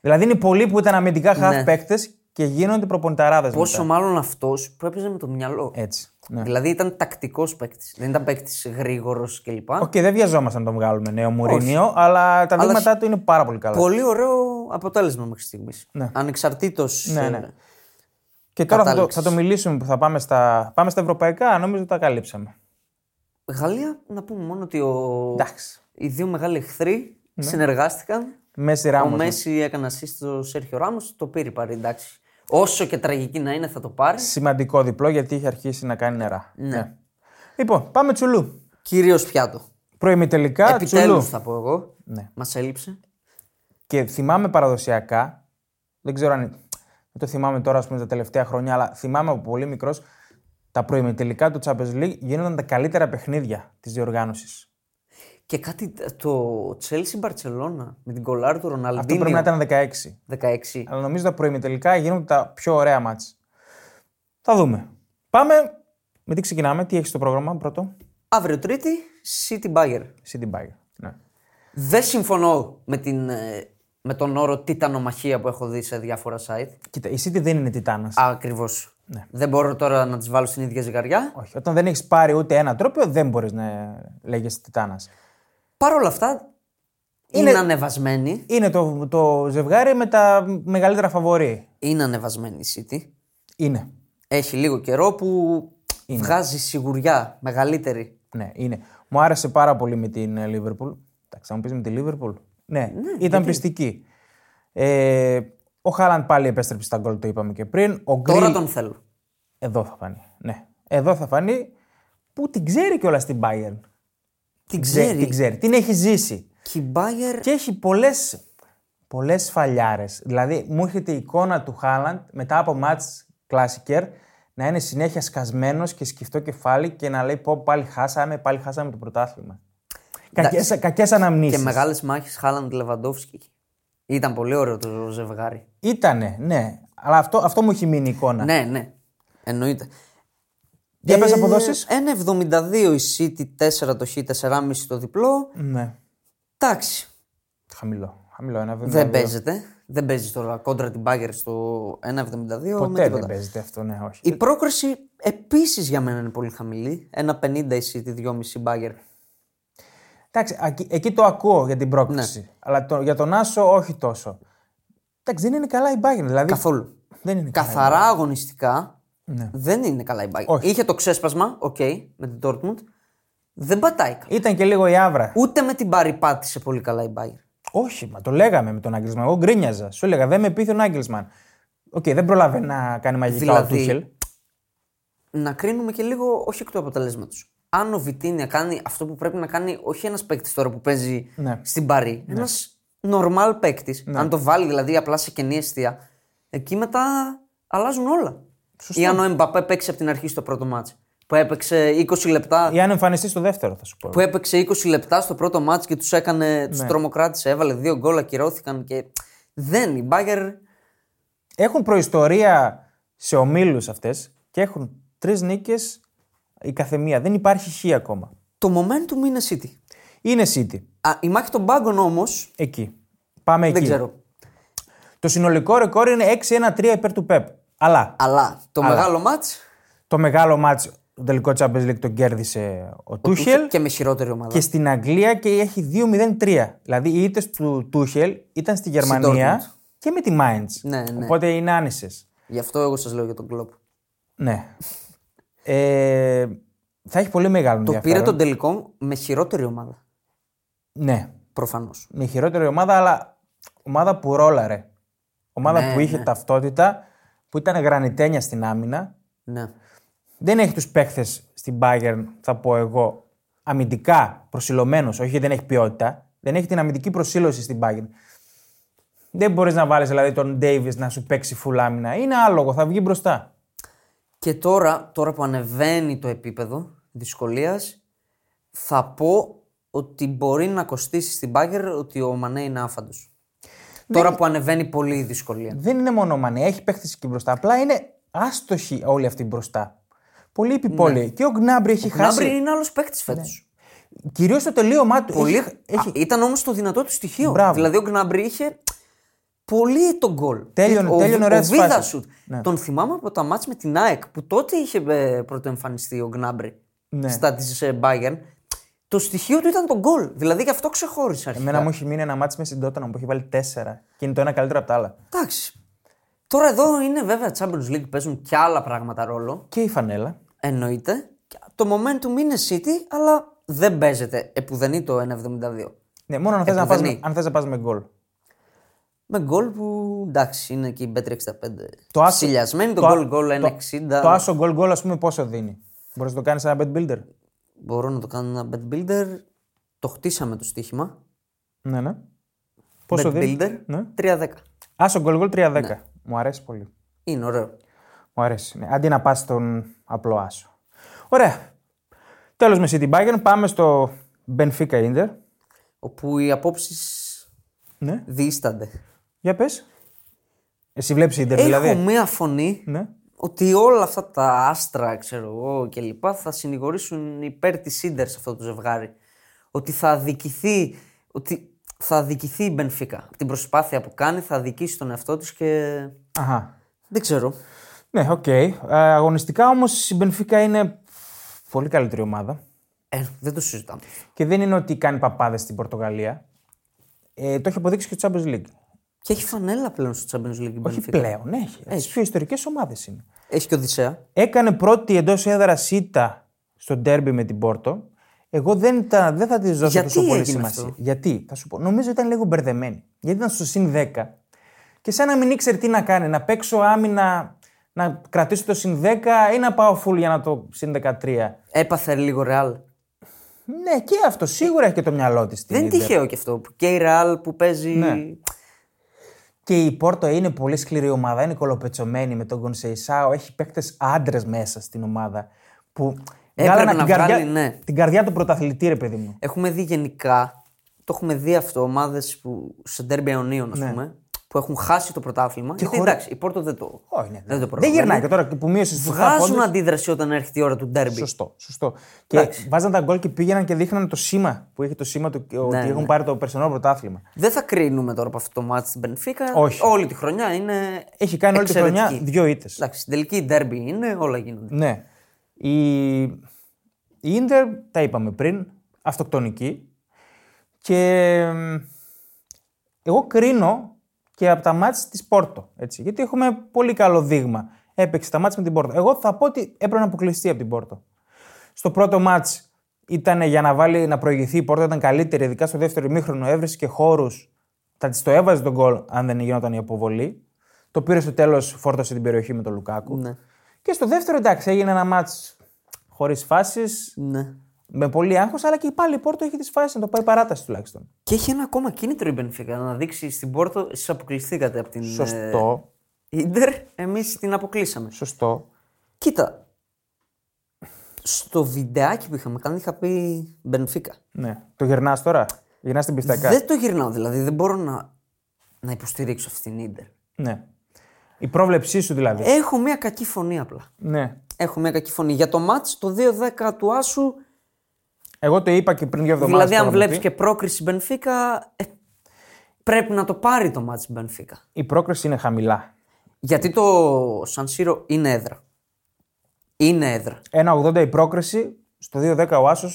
A: Δηλαδή είναι πολλοί που ήταν αμυντικά half
B: Ναι.
A: παίκτες και γίνονται προπονηταράδες.
B: Πόσο μάλλον αυτός που έπαιζε με το μυαλό.
A: Έτσι. Ναι.
B: Δηλαδή ήταν τακτικός παίκτης. Δεν ήταν παίκτης γρήγορος κλπ.
A: Οκ, δεν βιαζόμασταν να τον βγάλουμε νέο Μουρίνιο, αλλά τα δείγματά του είναι πάρα πολύ καλά.
B: Πολύ ωραίο αποτέλεσμα μέχρι ε, στιγμής.
A: Ναι.
B: Ανεξαρτήτως.
A: Ναι, ναι. Και τώρα θα το,
B: κατάληξης.
A: θα το μιλήσουμε που θα πάμε στα, πάμε στα ευρωπαϊκά, νομίζω τα καλύψαμε.
B: Γαλλία, να πούμε μόνο ότι ο...
A: Εντάξει. Ναι.
B: οι δύο μεγάλοι εχθροί συνεργάστηκαν.
A: Μέση
B: Ο
A: Ράμος.
B: Μέση έκανε assist στο Σέρχιο Ράμος, το πήρε πάρει. Εντάξει. Όσο και τραγική να είναι, θα το πάρει.
A: Σημαντικό διπλό γιατί είχε αρχίσει να κάνει νερά. Ναι. Λοιπόν, πάμε τσουλού.
B: Κυρίως πιάτο.
A: Προημιτελικά
B: Επιτέλους
A: τσουλού.
B: θα πω εγώ.
A: Ναι.
B: Μας έλειψε.
A: Και θυμάμαι παραδοσιακά, δεν ξέρω αν. Δεν το θυμάμαι τώρα, ας πούμε, τα τελευταία χρόνια, αλλά θυμάμαι από πολύ μικρός. Τα προημιτελικά του Champions League γίνονταν τα καλύτερα παιχνίδια της διοργάνωσης.
B: Και κάτι το Chelsea Μπαρσελόνα με την κολάρ του
A: Αυτό πρέπει να
B: Ροναλντίνιο.
A: ήταν 16.
B: 16.
A: Αλλά νομίζω τα προημιτελικά γίνονται τα πιο ωραία μάτς. Θα δούμε. Πάμε. Με τι ξεκινάμε, τι έχεις στο πρόγραμμα πρώτο.
B: Αύριο Τρίτη, City Bayer.
A: City Bayern. Ναι.
B: Δεν συμφωνώ με, την, ε, με τον όρο τιτανομαχία που έχω δει σε διάφορα site.
A: Κοίτα, η City δεν είναι τιτάνας.
B: Ακριβώς.
A: Ναι.
B: Δεν μπορώ τώρα να τις βάλω στην ίδια ζυγαριά.
A: Όχι. Όταν δεν έχεις πάρει ούτε ένα τρόπιο, δεν μπορείς να λέγεσαι τιτάνας.
B: Παρ' όλα αυτά, είναι, ανεβασμένη.
A: Είναι το, το ζευγάρι με τα μεγαλύτερα φαβορή.
B: Είναι ανεβασμένη η City.
A: Είναι.
B: Έχει λίγο καιρό που βγάζει σιγουριά μεγαλύτερη.
A: Ναι, είναι. Μου άρεσε πάρα πολύ με την ε, Liverpool. Εντάξει, θα μου πεις με τη Liverpool. Ναι, ήταν πιστική. Ε, ο Χάλαντ πάλι επέστρεψε στα γκολ, το είπαμε και πριν. Ο
B: Τώρα
A: Γκριλ-
B: τον θέλω.
A: Εδώ θα φανεί. Ναι. Εδώ θα φανεί που την ξέρει κιόλας την Bayern.
B: Την
A: Ξε-
B: ξέρει.
A: Την ξέρει. Την έχει ζήσει.
B: Και η Bayer
A: Και έχει πολλές πολλές φαλιάρες. Δηλαδή, μου έρχεται η εικόνα του Χάλαντ μετά από μάτς κλάσικερ να είναι συνέχεια σκασμένος και σκυφτό κεφάλι και να λέει πω πάλι χάσαμε, πάλι χάσαμε το πρωτάθλημα. Κακές, κακές αναμνήσεις.
B: και μεγάλες μάχες Χάλαντ Λεβαντόφσκι. Ήταν πολύ ωραίο το ζευγάρι.
A: Ήτανε, ναι. Αλλά αυτό, αυτό μου έχει μείνει η εικόνα.
B: Ναι, ναι. Εννοείται.
A: Για πες αποδόσεις.
B: 1,72 η City, 4 το Χ, 4,5 το διπλό.
A: Ναι.
B: Εντάξει.
A: Χαμηλό. Χαμηλό, ένα
B: Δεν παίζεται. Δεν παίζει τώρα κόντρα την Μπάγκερ στο 1,72. με
A: Ποτέ
B: τίποτα.
A: δεν παίζεται αυτό, ναι, όχι.
B: Η πρόκριση επίσης για μένα είναι πολύ χαμηλή. 1,50 η City, 2,5 η Μπάγκερ.
A: Εντάξει, ακ- εκεί το ακούω για την πρόκληση.
B: Ναι.
A: Αλλά το, για τον Άσο, όχι τόσο. Εντάξει, δεν είναι καλά η Bayern. Δηλαδή,
B: Καθόλου.
A: δεν είναι καλά.
B: Καθαρά αγωνιστικά
A: Ναι.
B: δεν είναι καλά η Bayern.
A: Όχι.
B: Είχε το ξέσπασμα, οκ, με την Dortmund. Δεν πατάει καλά.
A: Ήταν και λίγο η άβρα.
B: Ούτε με την Πάρη πάτησε πολύ καλά η Bayern.
A: Όχι, μα το λέγαμε με τον Άγγελσμαν. Εγώ γκρίνιαζα. Σου έλεγα, δεν με πείθει ο Άγγελσμαν. Οκ, δεν προλάβαινε να κάνει μαγικά
B: Δηλαδή-
A: ο Τούχελ.
B: Να κρίνουμε και λίγο όχι εκ του αποτελέσματος. Αν ο Βιτίνια κάνει αυτό που πρέπει να κάνει, όχι ένας παίκτης τώρα που παίζει
A: Ναι.
B: στην Παρή, ναι. ένας normal παίκτης, αν το βάλει δηλαδή απλά σε κενή αιστεία, εκεί μετά αλλάζουν όλα. Ή αν ο Εμπαπέ παίξει από την αρχή στο πρώτο μάτσο. Που έπαιξε 20 λεπτά
A: Ή αν εμφανιστεί στο δεύτερο, θα σου πω.
B: που έπαιξε 20 λεπτά στο πρώτο μάτς και τους έκανε, τους τρομοκράτησε, έβαλε δύο γκολ, ακυρώθηκαν και δεν, η Μπάγκερ
A: Έχουν προϊστορία σε ομίλους αυτές και έχουν τρεις νίκες η καθεμία. Δεν υπάρχει χ ακόμα.
B: το momentum είναι City.
A: Είναι City.
B: Α, η μάχη των μπάγκων όμως,
A: Εκεί. Πάμε εκεί.
B: δεν ξέρω,
A: Το συνολικό ρεκόρ είναι 6-1-3 υπέρ του ΠΕΠ. Αλλά
B: αλλά το μεγάλο μάτς
A: το μεγάλο μάτς, το τελικό Champions League τον κέρδισε ο Τούχελ
B: και με χειρότερη ομάδα.
A: και στην Αγγλία και έχει 2-0-3. Δηλαδή οι ήττες του Τούχελ ήταν στη Γερμανία και με τη Mainz.
B: Ναι, ναι.
A: Οπότε είναι άνησες.
B: Γι' αυτό εγώ σας λέω για τον κλόπ.
A: Ναι. Ε, θα έχει πολύ μεγάλο
B: Το
A: ενδιαφέρον.
B: πήρε τον τελικό με χειρότερη ομάδα,
A: Ναι.
B: προφανώς.
A: με χειρότερη ομάδα, αλλά ομάδα που ρόλαρε. Ομάδα
B: Ναι,
A: που είχε ταυτότητα, που ήταν γρανιτένια στην άμυνα.
B: Ναι.
A: Δεν έχει τους παίχτε στην Bayern, θα πω εγώ, αμυντικά προσιλωμένο. Όχι, γιατί δεν έχει ποιότητα. Δεν έχει την αμυντική προσήλωση στην Bayern. Δεν μπορείς να βάλεις δηλαδή τον Davis να σου παίξει full άμυνα. Είναι άλογο, θα βγει μπροστά.
B: Και τώρα, τώρα που ανεβαίνει το επίπεδο δυσκολίας, θα πω ότι μπορεί να κοστίσει στην Μπάγκερ ότι ο Μανέ είναι άφαντος. Τώρα που ανεβαίνει πολύ η δυσκολία.
A: Δεν είναι μόνο μανέ, έχει παίχτε εκεί μπροστά. Απλά είναι άστοχοι όλοι αυτοί μπροστά. Πολύ επιπόλαιοι. Και Ναι. ο Gnabry έχει χάσει.
B: Νάμπρι είναι άλλος παίκτης φέτος.
A: Κυρίως το τελείωμά του.
B: Πολύ...
A: Έχει, έχει-
B: Α, ήταν όμως το δυνατό του στοιχείο.
A: Μπράβο.
B: Δηλαδή ο Γκνάμπρι είχε πολύ τον γκολ.
A: Τέλειωνε-
B: ο,
A: τέλειωνε
B: ο,
A: ωραία
B: ο
A: τις
B: Βίδας
A: φάσεις.
B: σουτ.
A: Ναι.
B: Τον θυμάμαι από τα μάτς με την ΑΕΚ που τότε είχε ε, πρωτοεμφανιστεί ο Γκνάμπρι
A: Ναι.
B: στα της ε, Bayern. Το στοιχείο του ήταν το γκολ. Δηλαδή γι' αυτό ξεχώρισε αρχικά.
A: Εμένα μου έχει μείνει ένα μάτι με συντότητα μου που έχει βάλει τέσσερα. Και είναι το ένα καλύτερο από τα άλλα.
B: Εντάξει. Τώρα εδώ είναι βέβαια Champions League, παίζουν και άλλα πράγματα ρόλο.
A: Και η φανέλα.
B: Εννοείται. Το momentum είναι City, αλλά δεν παίζεται επουδενή το 1,72.
A: Ναι, μόνο αν θες να, πας
B: Επιδενή.
A: με- αν θες να πας με γκολ.
B: Με γκολ που εντάξει είναι και η Bet 65.
A: Το άσο-
B: Ψηλιασμένη, το
A: το α-
B: γκολ γκολ
A: το-
B: 1,60.
A: Το άσο γκολ γκολ, ας πούμε, πόσο δίνει. Μπορείς να το κάνεις ένα bet builder.
B: Μπορώ να το κάνω ένα bet builder. Το χτίσαμε το στοίχημα.
A: Ναι, ναι. Πόσο
B: bet
A: δίνει.
B: builder
A: Ναι.
B: 3,10.
A: Άσο γκολ γκολ 3-10. Μου αρέσει πολύ.
B: Είναι ωραίο.
A: Μου αρέσει. Ναι. Αντί να πας στον απλό άσο. Ωραία. Τέλος με City Bayern. Πάμε στο Benfica Inter.
B: Όπου οι απόψεις
A: Ναι.
B: διήστανται.
A: Για πες. Εσύ βλέπεις Inter,
B: Έχω
A: δηλαδή.
B: μία φωνή
A: Ναι.
B: ότι όλα αυτά τα άστρα, ξέρω εγώ και λοιπά, θα συνηγορήσουν υπέρ της Ίντερ σε αυτό το ζευγάρι. Ότι θα αδικηθεί, ότι θα αδικηθεί η Μπενφίκα. Από την προσπάθεια που κάνει θα αδικήσει τον εαυτό της και
A: Αχα.
B: δεν ξέρω.
A: Ναι, οκ. Ε, Αγωνιστικά όμως η Μπενφίκα είναι πολύ καλύτερη ομάδα.
B: Ε, δεν το συζητάμε.
A: Και δεν είναι ότι κάνει παπάδες στην Πορτογαλία. Ε, το έχει αποδείξει και το Champions League.
B: Και έχει φανέλα πλέον στο Champions League η
A: Όχι
B: Μπενφίκα.
A: πλέον, έχει. Από τι πιο ιστορικές ομάδες είναι.
B: Έχει και Οδυσσέα.
A: Έκανε πρώτη εντός έδρα ήττα στο ντέρμπι με την Πόρτο. Εγώ δεν, ήταν, δεν θα τη δώσω
B: Γιατί
A: τόσο πολύ
B: έγινε
A: σημασία.
B: αυτό?
A: Γιατί, θα σου πω, νομίζω ήταν λίγο μπερδεμένη. Γιατί ήταν στο συν 10 και σαν να μην ήξερε τι να κάνει, να παίξω άμυνα, να κρατήσω το συν 10 ή να πάω full για να το συν 13.
B: Έπαθε λίγο ρεάλ.
A: Ναι, και αυτό σίγουρα έχει και το μυαλό της.
B: Δεν είναι τυχαίο και αυτό. που Και η ρεάλ που παίζει.
A: Ναι. Και η Πόρτο είναι πολύ σκληρή ομάδα, είναι κολοπετσωμένη με τον Κονσεϊσάο. Έχει παίκτες άντρες μέσα στην ομάδα. Που βγάλανε
B: να
A: την, καρδιά,
B: βγάλει, ναι.
A: την καρδιά του πρωταθλητή, ρε παιδί μου.
B: Έχουμε δει γενικά. Το έχουμε δει αυτό. Ομάδες που σε ντέρμπι αιωνίων, ας πούμε. που έχουν χάσει το πρωτάθλημα. Και γιατί
A: Ναι. χωρί-
B: εντάξει, η Πόρτο δεν το.
A: Όχι, ναι, ναι.
B: δεν το
A: δεν
B: προλαβαίνει.
A: γυρνάει και τώρα που μείωσε τους
B: Βγάζουν αντίδραση όταν έρχεται η ώρα του ντέρμπι.
A: Σωστό. σωστό. Και βάζαν τα γκολ και πήγαιναν και δείχναν το σήμα που έχει το σήμα του ότι
B: ναι.
A: έχουν πάρει το περσινό πρωτάθλημα.
B: Δεν θα κρίνουμε τώρα από αυτό το μάτι στην Μπενφίκα.
A: Όχι.
B: Όλη τη χρονιά είναι.
A: Έχει κάνει όλη τη χρονιά
B: εξαιρετική.
A: δύο ήττες.
B: Εντάξει, στην τελική ντέρμπι είναι, όλα γίνονται.
A: Ναι. Η... η Ίντερ, τα είπαμε πριν, αυτοκτονική. Και εμ, εγώ κρίνω και από τα μάτς της Πόρτο. Έτσι, γιατί έχουμε πολύ καλό δείγμα. Έπαιξε τα μάτς με την Πόρτο. Εγώ θα πω ότι έπρεπε να αποκλειστεί από την Πόρτο. Στο πρώτο μάτς ήταν για να, βάλει, να προηγηθεί η Πόρτο, ήταν καλύτερη, ειδικά στο δεύτερο ημίχρονο έβρισε και χώρους. Θα της το έβαζε τον γκολ αν δεν γινόταν η αποβολή. Το πήρε στο τέλος, φόρτωσε την περιοχή με τον Λουκάκου.
B: Ναι.
A: Και στο δεύτερο, εντάξει, έγινε ένα μάτ χωρίς φάσεις,
B: ναι.
A: με πολύ άγχος, αλλά και πάλι η Πόρτο έχει τις φάσεις να το πάει παράταση τουλάχιστον.
B: Και έχει ένα ακόμα κίνητρο η Μπενφίκα να δείξει στην Πόρτο. Εσείς αποκλειστήκατε από την. ε,
A: Σωστό,
B: Ιντερ, εμείς την αποκλείσαμε.
A: σωστό.
B: Κοίτα. Στο βιντεάκι που είχαμε κάνει είχα πει Μπενφίκα.
A: Ναι. Το γυρνάς τώρα, γυρνάς την πιστακά.
B: Δεν το γυρνάω δηλαδή. Δεν μπορώ να, να υποστηρίξω αυτήν την Ιντερ.
A: Ναι. Η πρόβλεψή σου δηλαδή.
B: Έχω μια κακή φωνή απλά.
A: Ναι.
B: Έχω μια κακή φωνή. Για το μάτς το 2-10 του Άσου.
A: Εγώ το είπα και πριν δύο εβδομάδες.
B: δηλαδή, αν βλέπεις και πρόκριση Μπενφίκα, ε, πρέπει να το πάρει το μάτς Μπενφίκα.
A: Η πρόκριση είναι χαμηλά.
B: Γιατί το Σαν Σύρο είναι έδρα. Είναι έδρα.
A: 1,80 η πρόκριση, στο 2,10 ο Άσος.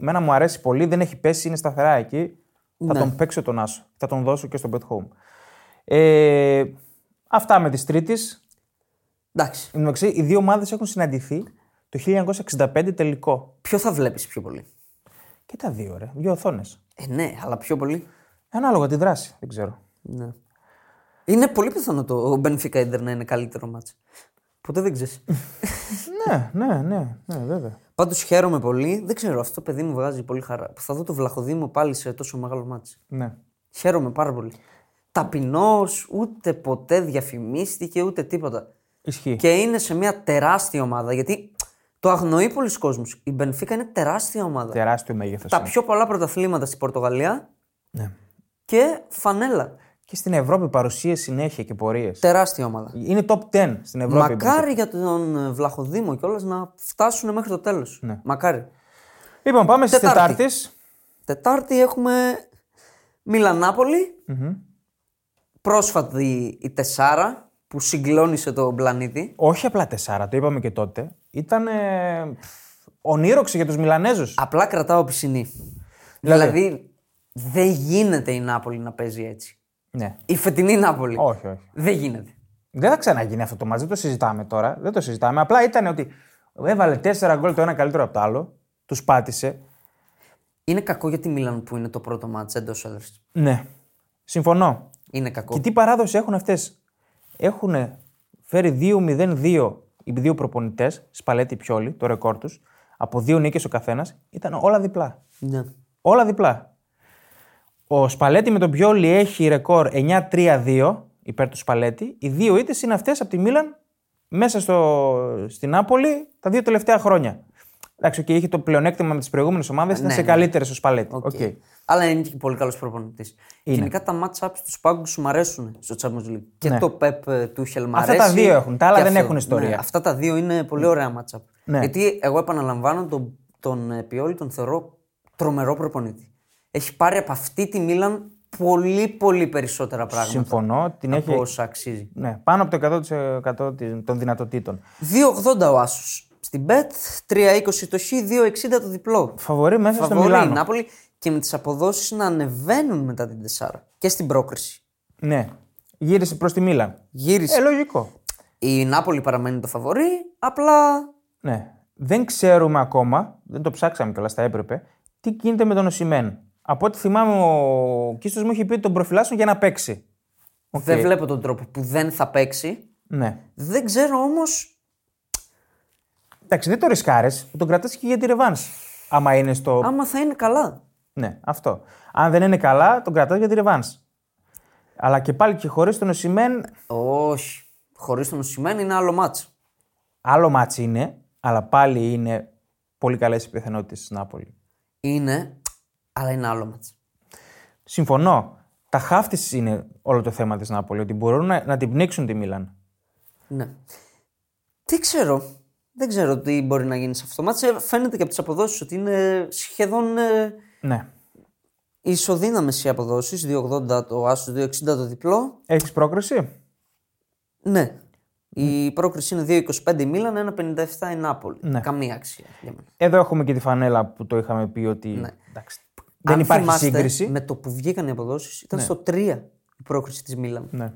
A: Εμένα μου αρέσει πολύ, δεν έχει πέσει, είναι σταθερά εκεί.
B: Ναι.
A: Θα τον παίξω τον Άσο. Θα τον δώσω και στο Bet Home. Ε, αυτά με τη Τρίτης.
B: Εντάξει.
A: Εν τω μεταξύ, οι δύο ομάδες έχουν συναντηθεί το 1965 τελικό.
B: Ποιο θα βλέπεις πιο πολύ.
A: Και τα δύο, ρε. Δύο οθόνες.
B: Ε, ναι, αλλά πιο πολύ.
A: Ανάλογα τη δράση, δεν ξέρω.
B: Ναι. Είναι πολύ πιθανό το Benfica Inter να είναι καλύτερο μάτς. Ποτέ δεν ξέρεις.
A: ναι, ναι, ναι, ναι, βέβαια.
B: Πάντως χαίρομαι πολύ. Δεν ξέρω, αυτό το παιδί μου βγάζει πολύ χαρά. Που θα δω το Βλαχοδήμο πάλι σε τόσο μεγάλο μάτς.
A: Ναι.
B: Χαίρομαι πάρα πολύ. Ταπεινός, ούτε ποτέ διαφημίστηκε, ούτε τίποτα.
A: Ισχύει.
B: Και είναι σε μια τεράστια ομάδα. Γιατί το αγνοεί πολλοί κόσμος. Η Μπενφίκα είναι τεράστια ομάδα.
A: Τεράστιο μέγεθος.
B: Τα πιο πολλά πρωταθλήματα στην Πορτογαλία
A: Ναι.
B: και φανέλα.
A: Και στην Ευρώπη παρουσίες συνέχεια και πορείες.
B: Τεράστια ομάδα.
A: Είναι top 10 στην Ευρώπη.
B: Μακάρι για τον ε, Βλαχοδήμο κιόλας να φτάσουν μέχρι το τέλος. Μακάρι.
A: Λοιπόν, πάμε στις
B: Τετάρτη.
A: Τετάρτε.
B: Τετάρτη έχουμε Μιλανάπολη. Πρόσφατη η Τεσάρα που συγκλώνησε τον πλανήτη.
A: Όχι απλά 4, το είπαμε και τότε. Ήταν. Ε, πφ, ονείροξη για τους Μιλανέζους.
B: Απλά κρατάω πισινή. Δηλαδή, δεν γίνεται η Νάπολη να παίζει έτσι.
A: Ναι.
B: Η φετινή Νάπολη.
A: Όχι, όχι.
B: Δεν γίνεται.
A: Δεν θα ξαναγίνει αυτό το μάτς, δεν το συζητάμε τώρα. Δεν το συζητάμε. Απλά ήταν ότι έβαλε 4 γκολ το ένα καλύτερο από το άλλο. Τους πάτησε.
B: Είναι κακό για τη Μίλαν που είναι το πρώτο μάτς εντός έδρας.
A: Ναι. Συμφωνώ.
B: Είναι κακό.
A: Και τι παράδοση έχουν αυτές. Έχουν φέρει 2-0-2 οι δύο προπονητές, Σπαλέτη Πιόλη, το ρεκόρ τους, από δύο νίκες ο καθένας. Ήταν όλα διπλά.
B: Ναι.
A: Όλα διπλά. Ο Σπαλέτη με τον Πιόλη έχει ρεκόρ 9-3-2 υπέρ του Σπαλέτη. Οι δύο ήττες είναι αυτές από τη Μίλαν μέσα στο, στην Νάπολη τα δύο τελευταία χρόνια. Εντάξει, και είχε το πλεονέκτημα με τις προηγούμενες ομάδες, ήταν
B: Ναι,
A: σε
B: ναι.
A: καλύτερες ο Σπαλέτη.
B: Οκ.
A: Οκ.
B: Αλλά είναι και πολύ καλός προπονητής. Γενικά τα match-ups του πάγκου σου μ' αρέσουν στο Champions League. Και
A: Ναι.
B: το Pep ε, του Χελ μ'
A: Αυτά
B: αρέσει.
A: τα δύο έχουν, τα άλλα
B: και
A: δεν
B: αυτό.
A: έχουν ιστορία.
B: Ναι, αυτά τα δύο είναι πολύ ωραία match-up.
A: Ναι.
B: Γιατί εγώ επαναλαμβάνω τον, τον ε, Πιόλη, τον θεωρώ τρομερό προπονητή. Έχει πάρει από αυτή τη Μίλαν πολύ πολύ περισσότερα πράγματα
A: Συμφωνώ. Την
B: από
A: έχει
B: όσα αξίζει.
A: Ναι, πάνω από το 100% της- των δυνατοτήτων.
B: 2,80 ο Άσος στην Bet, 3,20 το Χ, 2,60 το διπλό.
A: Φαβορεί μέσα στο
B: Φαβορεί η
A: Μιλάνο.
B: Νάπολη και με τις αποδόσεις να ανεβαίνουν μετά την 4 και στην πρόκριση.
A: Ναι, γύρισε προς τη Μίλαν.
B: Γύρισε.
A: Ε, λογικό.
B: Η Νάπολη παραμένει το φαβορή, απλά
A: Ναι. Δεν ξέρουμε ακόμα, δεν το ψάξαμε κιόλας, θα έπρεπε, τι γίνεται με τον Οσημέν. Από ό,τι θυμάμαι, ο Κίστος μου είχε πει ότι τον προφυλάσσουν για να παίξει. Οκ.
B: δεν βλέπω τον τρόπο που δεν θα παίξει.
A: Ναι.
B: Δεν ξέρω όμως.
A: Εντάξει, δεν το ρισκάρε, τον κρατάς και για τη ρεβάνς. Άμα είναι στο.
B: άμα θα είναι καλά.
A: Ναι, αυτό. Αν δεν είναι καλά, τον κρατάς για τη ρεβάνς. Αλλά και πάλι και χωρίς τον Οσημέν,
B: Όχι. Χωρίς τον Ουσιμέν είναι άλλο μάτσο.
A: άλλο μάτσι είναι, αλλά πάλι είναι πολύ καλές οι πιθανότητες της Νάπολη.
B: Είναι, αλλά είναι άλλο μάτσο.
A: Συμφωνώ. Τα χάφτης είναι όλο το θέμα της Νάπολη. Ότι μπορούν να, να την πνίξουν τη Μίλαν.
B: Ναι. Δεν ξέρω. Δεν ξέρω τι μπορεί να γίνει σε αυτό το μάτς. Ε, Φαίνεται και από τις αποδόσεις ότι είναι σχεδόν ε,
A: Ναι.
B: ισοδύναμες οι αποδόσεις. 2,80 το άσο, 2,60 το διπλό.
A: Έχεις πρόκριση.
B: Ναι. Η πρόκριση είναι 2,25 η Μίλαν, 1,57 η Νάπολη.
A: Ναι.
B: Καμία αξία για μένα.
A: Εδώ έχουμε και τη φανέλα που το είχαμε πει ότι. εντάξει, δεν
B: Ναι. Αν
A: υπάρχει
B: θυμάστε,
A: σύγκριση.
B: Με το που βγήκαν οι αποδόσεις ήταν στο 3 η πρόκριση της Μίλαν.
A: Ναι.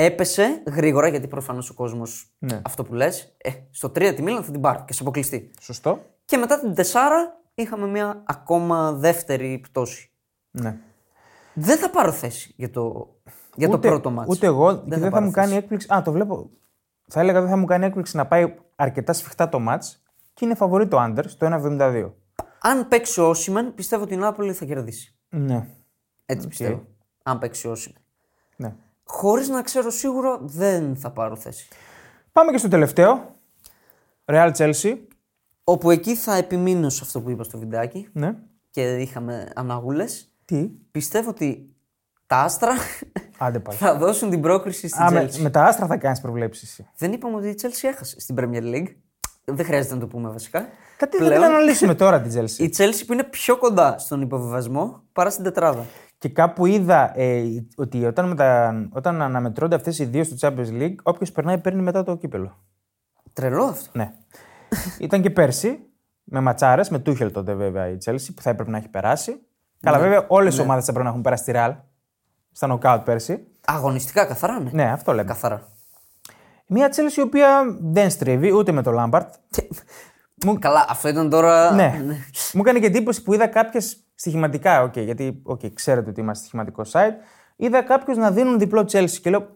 B: Έπεσε γρήγορα γιατί προφανώς ο κόσμος
A: Ναι.
B: αυτό που λες. Ε, στο 3 τη Μίλαν θα την πάρει και σε αποκλειστεί.
A: Σωστό.
B: Και μετά την 4 είχαμε μια ακόμα δεύτερη πτώση.
A: Ναι.
B: Δεν θα πάρω θέση για το, για το πρώτο μάτσο.
A: Ούτε εγώ δεν και
B: θα
A: δεν θα
B: πάρω
A: μου κάνει έκπληξη. Α, το βλέπω. Θα έλεγα δεν θα μου κάνει έκπληξη να πάει αρκετά σφιχτά το match και είναι φαβορή το under στο 1,72.
B: Αν παίξει ο Όσιμεν, πιστεύω ότι η Νάπολη θα κερδίσει.
A: Ναι.
B: Έτσι πιστεύω. Αν παίξει ο Όσιμεν.
A: ναι.
B: Χωρίς να ξέρω σίγουρα, δεν θα πάρω θέση.
A: Πάμε και στο τελευταίο. Real Chelsea.
B: Όπου εκεί θα επιμείνω σε αυτό που είπα στο βιντεάκι
A: Ναι.
B: και είχαμε αναγούλες.
A: Τι.
B: Πιστεύω ότι τα άστρα [LAUGHS]
A: Άντε πάλι.
B: θα δώσουν την πρόκριση στην
A: Α, με,
B: Chelsea.
A: με τα άστρα θα κάνεις προβλέψεις.
B: Δεν είπαμε ότι η Chelsea έχασε στην Premier League. Δεν χρειάζεται να το πούμε βασικά.
A: Κάτι δεν την αναλύσουμε τώρα την Chelsea.
B: Η Chelsea που είναι πιο κοντά στον υποβιβασμό παρά στην τετράδα.
A: [LAUGHS] Και κάπου είδα ε, ότι όταν, μετα... όταν αναμετρώνται αυτές οι δύο στο Champions League, όποιος περνάει παίρνει μετά το κύπελο.
B: Τρελό αυτό.
A: [LAUGHS] Ναι. Ήταν και πέρσι, με ματσάρες, με Τούχελ τότε βέβαια η Chelsea, που θα έπρεπε να έχει περάσει. Καλά, βέβαια, όλες οι ομάδες θα πρέπει να έχουν περάσει τη Real στα νοκάουτ πέρσι.
B: Αγωνιστικά καθαρά, ναι.
A: Ναι, αυτό λέμε.
B: Καθαρά.
A: Μια Chelsea η οποία δεν στρίβει ούτε με το Λάμπαρτ.
B: Καλά, αυτό ήταν τώρα.
A: Ναι. Μου έκανε και εντύπωση που είδα κάποιες στοιχηματικά. οκ, γιατί okay, ξέρετε ότι είμαστε στοιχηματικό site. Είδα κάποιους να δίνουν διπλό Chelsea και λέω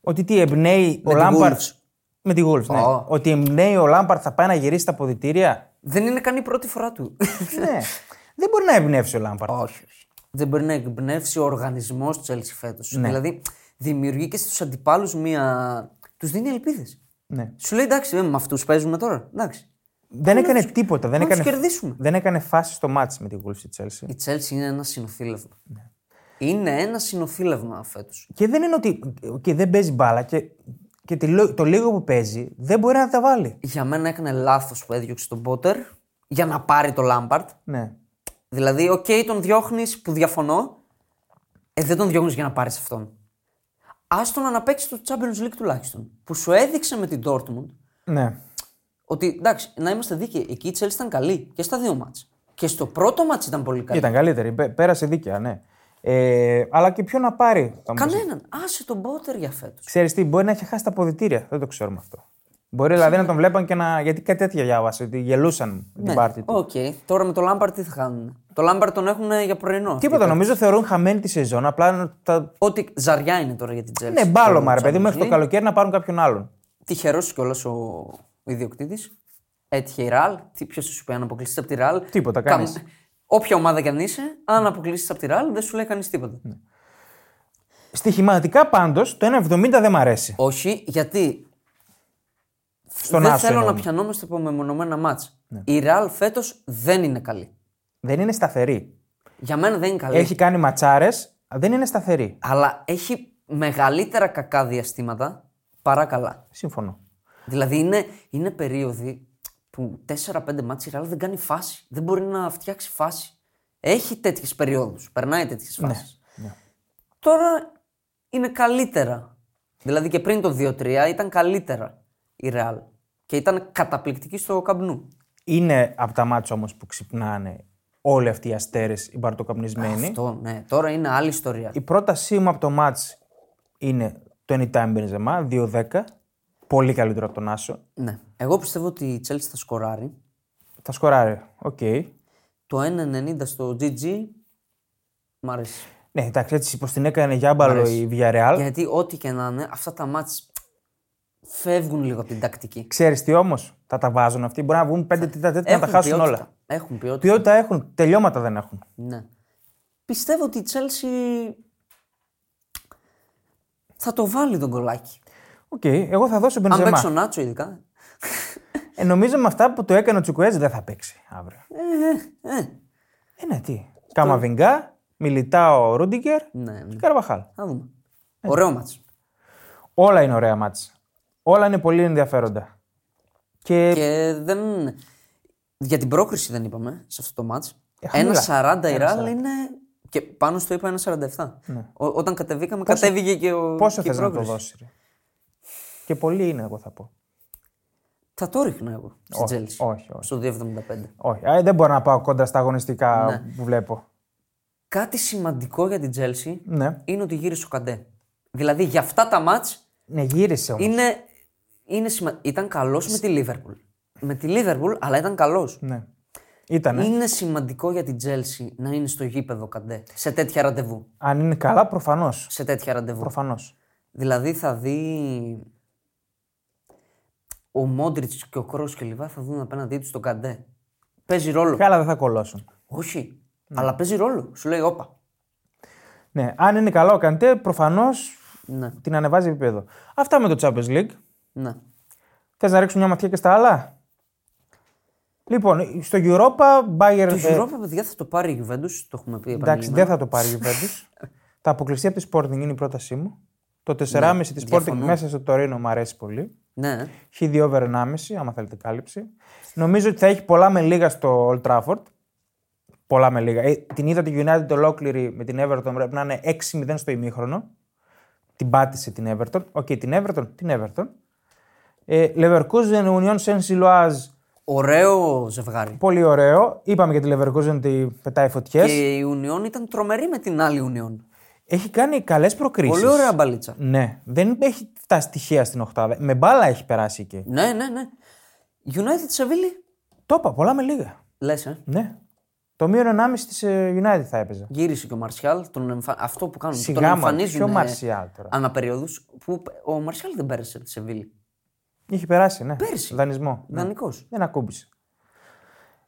A: ότι τι εμπνέει ο
B: τη
A: Λάμπαρτ.
B: Wolves.
A: Με τη Wolves, ναι.
B: Ω.
A: Ότι εμπνέει ο Λάμπαρτ θα πάει να γυρίσει τα αποδητήρια.
B: Δεν είναι καν η πρώτη φορά του.
A: ναι. Δεν μπορεί να εμπνεύσει ο Λάμπαρτ.
B: όχι, όχι. Δεν μπορεί να εμπνεύσει ο οργανισμός τη Chelsea φέτο. Δηλαδή, δημιουργεί και στους αντιπάλους μία. Τους δίνει ελπίδες.
A: Ναι.
B: Σου λέει εντάξει, ε, με αυτούς παίζουμε τώρα. Εντάξει.
A: Δεν έκανε τίποτα. Δεν
B: να τους
A: έκανε,
B: κερδίσουμε.
A: δεν έκανε φάση στο μάτς με τη Wolves η Chelsea.
B: Η Chelsea είναι ένα συνοθήλευμα. Είναι ένα συνοθήλευμα φέτος.
A: Και δεν είναι ότι. Και δεν παίζει μπάλα και, και τη λο- το λίγο που παίζει δεν μπορεί να τα βάλει.
B: Για μένα έκανε λάθος που έδιωξε τον Πότερ για να πάρει το Λάμπαρτ.
A: Ναι.
B: Δηλαδή, οκ, τον διώχνεις που διαφωνώ. Ε, δεν τον διώχνεις για να πάρεις αυτόν. Άστο να παίξει το Champions League τουλάχιστον. Που σου έδειξε με την Dortmund
A: Ναι.
B: ότι εντάξει, να είμαστε δίκαιοι. Εκεί η Chelsea ήταν καλή και στα δύο μάτς. Και στο πρώτο μάτς ήταν πολύ καλή.
A: Ήταν καλύτερη. Πέ- Πέρασε δίκαια, ναι. Ε, αλλά και ποιο να πάρει. θα μου πεις.
B: Κανέναν. Άσε τον Πότερ για φέτος.
A: Ξέρεις τι, μπορεί να έχει χάσει τα αποδητήρια. Δεν το ξέρουμε αυτό. Μπορεί δηλαδή να τον βλέπαν και να. Γιατί κάτι τέτοια διάβασε, ότι γελούσαν με
B: Ναι.
A: την πάρτη του.
B: Οκ, τώρα με το Λάμπαρτ τι θα κάνουν. Το Λάμπαρτ τον έχουν για πρωινό.
A: Τίποτα, νομίζω θεωρούν χαμένη τη σεζόν. Απλά τα.
B: Ό,τι ζαριά είναι τώρα για την Chelsea.
A: Ναι, μπάλωμα, ρε παιδί,
B: Champions
A: μέχρι το
B: League.
A: καλοκαίρι να πάρουν κάποιον άλλον.
B: Τυχερός κιόλας ο, ο ιδιοκτήτης. Έτυχε η Ραλ. Τι ποιος σου είπε, αν αποκλειστείς από τη Ραλ.
A: Τίποτα, κανείς.
B: Όποια ομάδα κι αν είσαι, αν αποκλειστείς από τη Ραλ, δεν σου λέει κανείς τίποτα.
A: Ναι. Στοιχηματικά πάντως το 1,70 δεν μ' αρέσει.
B: Όχι, γιατί
A: Στον Ναι.
B: δεν
A: Άσο
B: θέλω να
A: εννοούμε.
B: πιανόμαστε από μεμονωμένα μάτς. Η Ραλ φέτος δεν είναι καλή.
A: Δεν είναι σταθερή.
B: Για μένα δεν είναι καλή.
A: Έχει κάνει ματσάρες, δεν είναι σταθερή.
B: Αλλά έχει μεγαλύτερα κακά διαστήματα παρά καλά.
A: Σύμφωνο.
B: Δηλαδή είναι, είναι περίοδοι που 4-5 μάτς η Real δεν κάνει φάση. Δεν μπορεί να φτιάξει φάση. Έχει τέτοιες περιόδους. Περνάει τέτοιες φάσει. Τώρα είναι καλύτερα. Δηλαδή και πριν το 2-3 ήταν καλύτερα η Real. Και ήταν καταπληκτική στο καμπνού.
A: Είναι από τα μάτια όμως που ξυπνάνε όλοι αυτοί οι αστέρες, οι μπαρτοκαπνισμένοι.
B: Αυτό, ναι. Τώρα είναι άλλη ιστορία.
A: Η πρότασή μου από το μάτς είναι το anytime Benzema, 2-10. Πολύ καλύτερο από τον Άσο.
B: Ναι. Εγώ πιστεύω ότι η Chelsea θα σκοράρει.
A: Θα σκοράρει. Οκ. Ναι,
B: Το 1.90 στο GG μ' αρέσει.
A: Ναι, εντάξει, έτσι πως την έκανε γιάμπαλο η Villarreal.
B: Γιατί ό,τι και να είναι, αυτά τα μάτς φεύγουν λίγο από την τακτική.
A: Ξέρεις τι όμως, θα τα βάζουν αυτοί. Μπορεί να βγουν 5 τέτα τέτα να τα χάσουν
B: ποιότητα.
A: όλα.
B: Έχουν ποιότητα.
A: Ποιότητα έχουν, τελειώματα δεν έχουν.
B: Ναι. Πιστεύω ότι η Chelsea θα το βάλει τον κολάκι.
A: Οκ, εγώ θα δώσω
B: Αν παίξει ο
A: Benzema.
B: Νάτσο ειδικά.
A: Ε, νομίζω με αυτά που το έκανε ο Τσουκουέζ δεν θα παίξει αύριο.
B: Ε,
A: Ε, ναι, τι. Καμαβιγκά, Μιλιτάο Ρούντιγκερ
B: Ναι, ναι.
A: και Καρβαχάλ.
B: Θα δούμε.
A: Ε.
B: Ωραίο μάτσο.
A: Όλα είναι ωραία μάτς. Όλα είναι πολύ ενδιαφέροντα. Και,
B: Και δεν. Για την πρόκριση δεν είπαμε σε αυτό το μάτς.
A: Ε,
B: Ένα
A: χαμηλά.
B: 40 η Ρεάλ είναι. Και πάνω στο είπα ένα 47. Ο- όταν κατεβήκαμε, κατέβηκε και ο.
A: Ναι. πόσο
B: και η
A: θες να το
B: πρόκριση.
A: δώσεις. ρε? Και πολύ είναι, εγώ θα πω.
B: Θα το ρίχνα εγώ στην
A: Όχι,
B: Τζέλση.
A: όχι, όχι.
B: Στο 2,75.
A: Όχι, α, ε, δεν μπορώ να πάω κόντρα στα αγωνιστικά
B: Ναι.
A: που βλέπω.
B: Κάτι σημαντικό για την Τζέλση
A: Ναι.
B: είναι ότι γύρισε ο Καντέ. Δηλαδή για αυτά τα μάτς
A: Ναι, γύρισε όμως.
B: είναι, είναι σημα... ήταν καλός με τη Λίβερπουλ. Με τη Λίβερπουλ, αλλά ήταν καλός.
A: Ναι. Ήτανε.
B: Είναι σημαντικό για την Τζέλση να είναι στο γήπεδο Καντέ σε τέτοια ραντεβού.
A: Αν είναι καλά, προφανώς.
B: Σε τέτοια ραντεβού.
A: Προφανώς.
B: Δηλαδή θα δει. Ο Μόντριτ και ο Κρός και λοιπά θα δουν απέναντί τους τον Καντέ. Παίζει ρόλο.
A: Καλά δεν θα κολλώσουν.
B: Όχι. Αλλά παίζει ρόλο. Σου λέει, όπα.
A: Ναι, αν είναι καλό ο Καντέ, προφανώς
B: Ναι,
A: την ανεβάζει επίπεδο. Αυτά με το Champions League.
B: ναι.
A: Θες να ρίξουμε μια ματιά και στα άλλα. Λοιπόν, στο Europa, Bayern.
B: Το
A: ε,
B: Europa, παιδιά, θα το πάρει η Juventus, το έχουμε πει
A: εντάξει,
B: επανειλημμένα.
A: δεν θα το πάρει η Juventus. θα αποκλειστεί από τη Sporting, είναι η πρότασή μου. Το 4,5 της Sporting
B: διαφωνώ.
A: μέσα στο Τωρίνο μου αρέσει πολύ.
B: Ναι,
A: Χ2 over 1,5, άμα θέλετε κάλυψη. Νομίζω ότι θα έχει πολλά με λίγα στο Old Trafford. Πολλά με λίγα. Ε, την είδα τη United ολόκληρη με την Everton πρέπει να είναι 6-0 στο ημίχρονο. Την πάτησε την Everton. Οκ, την Everton, την Everton. Ε, Leverkusen, Union Saint-Gilloise,
B: ωραίο ζευγάρι.
A: Πολύ ωραίο. Είπαμε για τη Leverkusen ότι πετάει φωτιές.
B: Και η Union ήταν τρομερή με την άλλη Union.
A: Έχει κάνει καλές προκρίσεις.
B: Πολύ ωραία μπαλίτσα.
A: Ναι, δεν έχει τα στοιχεία στην Οχτάδα. Με μπάλα έχει περάσει εκεί.
B: Ναι, ναι, ναι. United Σεβίλη,
A: Το είπα, πολλά με λίγα.
B: λες, ε.
A: Ναι. Το μείον 1,5 τη United θα έπαιζε.
B: Γύρισε και ο Μαρσιάλ. Τον εμφα... Αυτό που κάνουν.
A: Σιγά
B: τον
A: μα,
B: εμφανίζουν.
A: ποιο
B: ε,
A: Μαρσιάλ τώρα.
B: αναπεριόδους, Που ο Μαρσιάλ δεν πέρασε τη Σεβίλη.
A: Είχε περάσει, ναι.
B: Πέρσι.
A: Δανεισμό. Ναι.
B: Δανεικός.
A: Δεν ακούμπησε.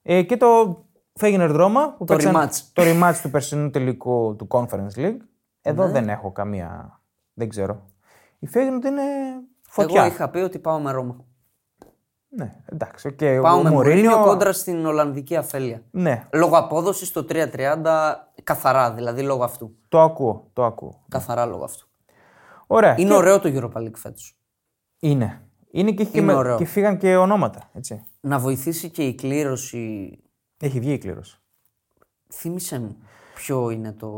A: Ε, και το Φέγγινερ Δρόμα. Που
B: Το
A: παίξαν-
B: rematch.
A: Το rematch του περσινού τελικού του Conference League.
B: Ναι.
A: Εδώ δεν έχω καμία. Δεν ξέρω. Η Φέγγινερ είναι φωτιά.
B: Εγώ είχα πει ότι πάω με Ρώμα.
A: Ναι, εντάξει. Okay.
B: Πάω
A: ο
B: με
A: Μουρίνιο-
B: Μουρίνιο κόντρα στην Ολλανδική αφέλεια.
A: Ναι,
B: Λόγω απόδοσης το 3-30 καθαρά, δηλαδή λόγω αυτού.
A: το ακούω, το ακούω.
B: Καθαρά λόγω αυτού.
A: Ωραία.
B: Είναι
A: Ε, Και-
B: ωραίο το Europa League φέτος.
A: Είναι. Είναι και, και,
B: Είναι
A: με-
B: ωραίο.
A: και φύγαν και ονόματα. Έτσι.
B: Να βοηθήσει και η κλήρωση.
A: Έχει βγει η κλήρωση.
B: Θύμησε μου ποιο είναι το.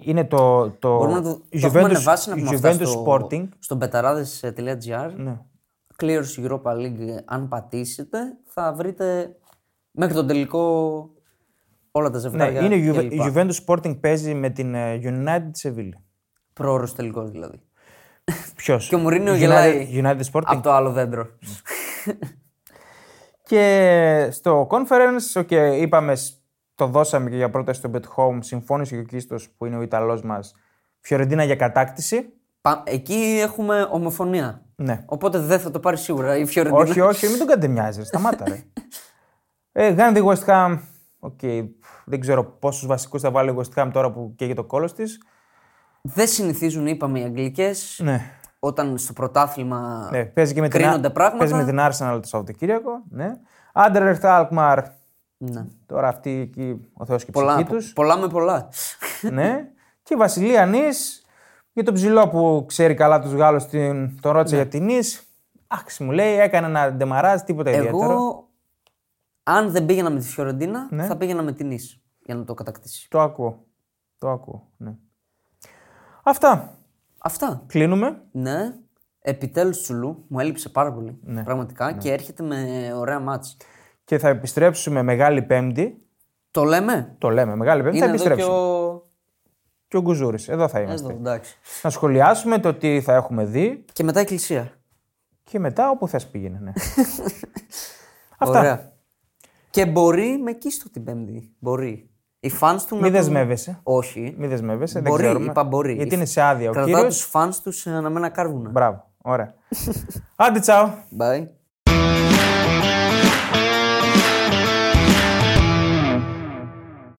A: Είναι το. το...
B: Μπορούμε να το, το έχουμε ανεβάσει να πούμε αυτά
A: Juventus
B: στο,
A: Sporting.
B: στον πεταράδες.gr.
A: Ναι.
B: Κλήρωση Europa League. Αν πατήσετε, θα βρείτε μέχρι τον τελικό όλα τα
A: Ναι,
B: ζευγάρια.
A: είναι η Juve-
B: κλπ.
A: η Juventus Sporting παίζει με την ε, United Seville.
B: Πρόωρος τελικός δηλαδή.
A: Ποιος.
B: Και ο Μουρίνιο
A: United,
B: γελάει.
A: United Sporting.
B: Από το άλλο δέντρο.
A: Και στο conference, okay, είπαμε, σ- το δώσαμε και για πρόταση στο Bet Home. Συμφώνησε και ο Κίστος που είναι ο Ιταλός μας. Φιωρεντίνα για κατάκτηση.
B: Πα- Εκεί έχουμε ομοφωνία.
A: Ναι.
B: Οπότε δεν θα το πάρει σίγουρα η Φιωρεντίνα.
A: όχι, όχι, μην τον κάνετε μοιάζει. ρε, Σταμάτα,
B: [LAUGHS]
A: ρε. ε, Γάνδη West Ham. Οκ, δεν ξέρω πόσους βασικούς θα βάλει η West Ham τώρα που καίγεται το κόλος της.
B: Δεν συνηθίζουν, είπαμε, οι Αγγλικές
A: Ναι.
B: όταν στο πρωτάθλημα
A: ναι. Παίζει και με την,
B: κρίνονται πράγματα.
A: παίζει με την Arsenal το Σαββατοκύριακο. Ναι. Άντερερ Αλκμαρ.
B: Ναι.
A: Τώρα αυτή εκεί ο Θεός και η
B: πολλά,
A: ψυχή τους.
B: πολλά με πολλά.
A: ναι. Και η Βασιλεία Νη. Για τον ψηλό που ξέρει καλά τους Γάλλους, τον
B: Ναι.
A: ρώτησε για την Νη. Άξι μου λέει, έκανε ένα ντεμαράζ, τίποτα ιδιαίτερο.
B: Εγώ, αν δεν πήγαινα με τη Φιωρεντίνα,
A: Ναι.
B: θα πήγαινα με την Ισ για να το κατακτήσει.
A: Το ακούω. Το ακούω. Ναι. Αυτά.
B: Αυτά.
A: Κλείνουμε.
B: Ναι. Επιτέλους Τσουλού μου έλειψε πάρα πολύ.
A: Ναι.
B: Πραγματικά και έρχεται με ωραία μάτς.
A: και θα επιστρέψουμε Μεγάλη Πέμπτη.
B: Το λέμε.
A: Το λέμε Μεγάλη Πέμπτη, θα
B: Είναι εδώ και
A: επιστρέψουμε. Και ο,
B: ο.
A: και Γκουζούρης. Εδώ θα είμαστε.
B: Εδώ, εντάξει.
A: Να σχολιάσουμε το τι θα έχουμε δει
B: Και μετά η Εκκλησία.
A: και μετά όπου θες πήγαινε. Ναι. Αυτά.
B: Ωραία. Και μπορεί με κίστο την Πέμπτη. Μπορεί. Οι φαν του να.
A: Μη
B: τον-
A: δεσμεύεσαι.
B: Όχι.
A: Μη δεσμεύεσαι.
B: Μπορεί,
A: δεν ξέρουμε.
B: είπα μπορεί.
A: Γιατί είναι σε άδεια ο
B: Κρατά
A: κύριο.
B: ε, [LAUGHS] του φαν του αναμένα κάρβουνα.
A: Μπράβο. Ωραία. Άντε, τσαο.
B: Bye.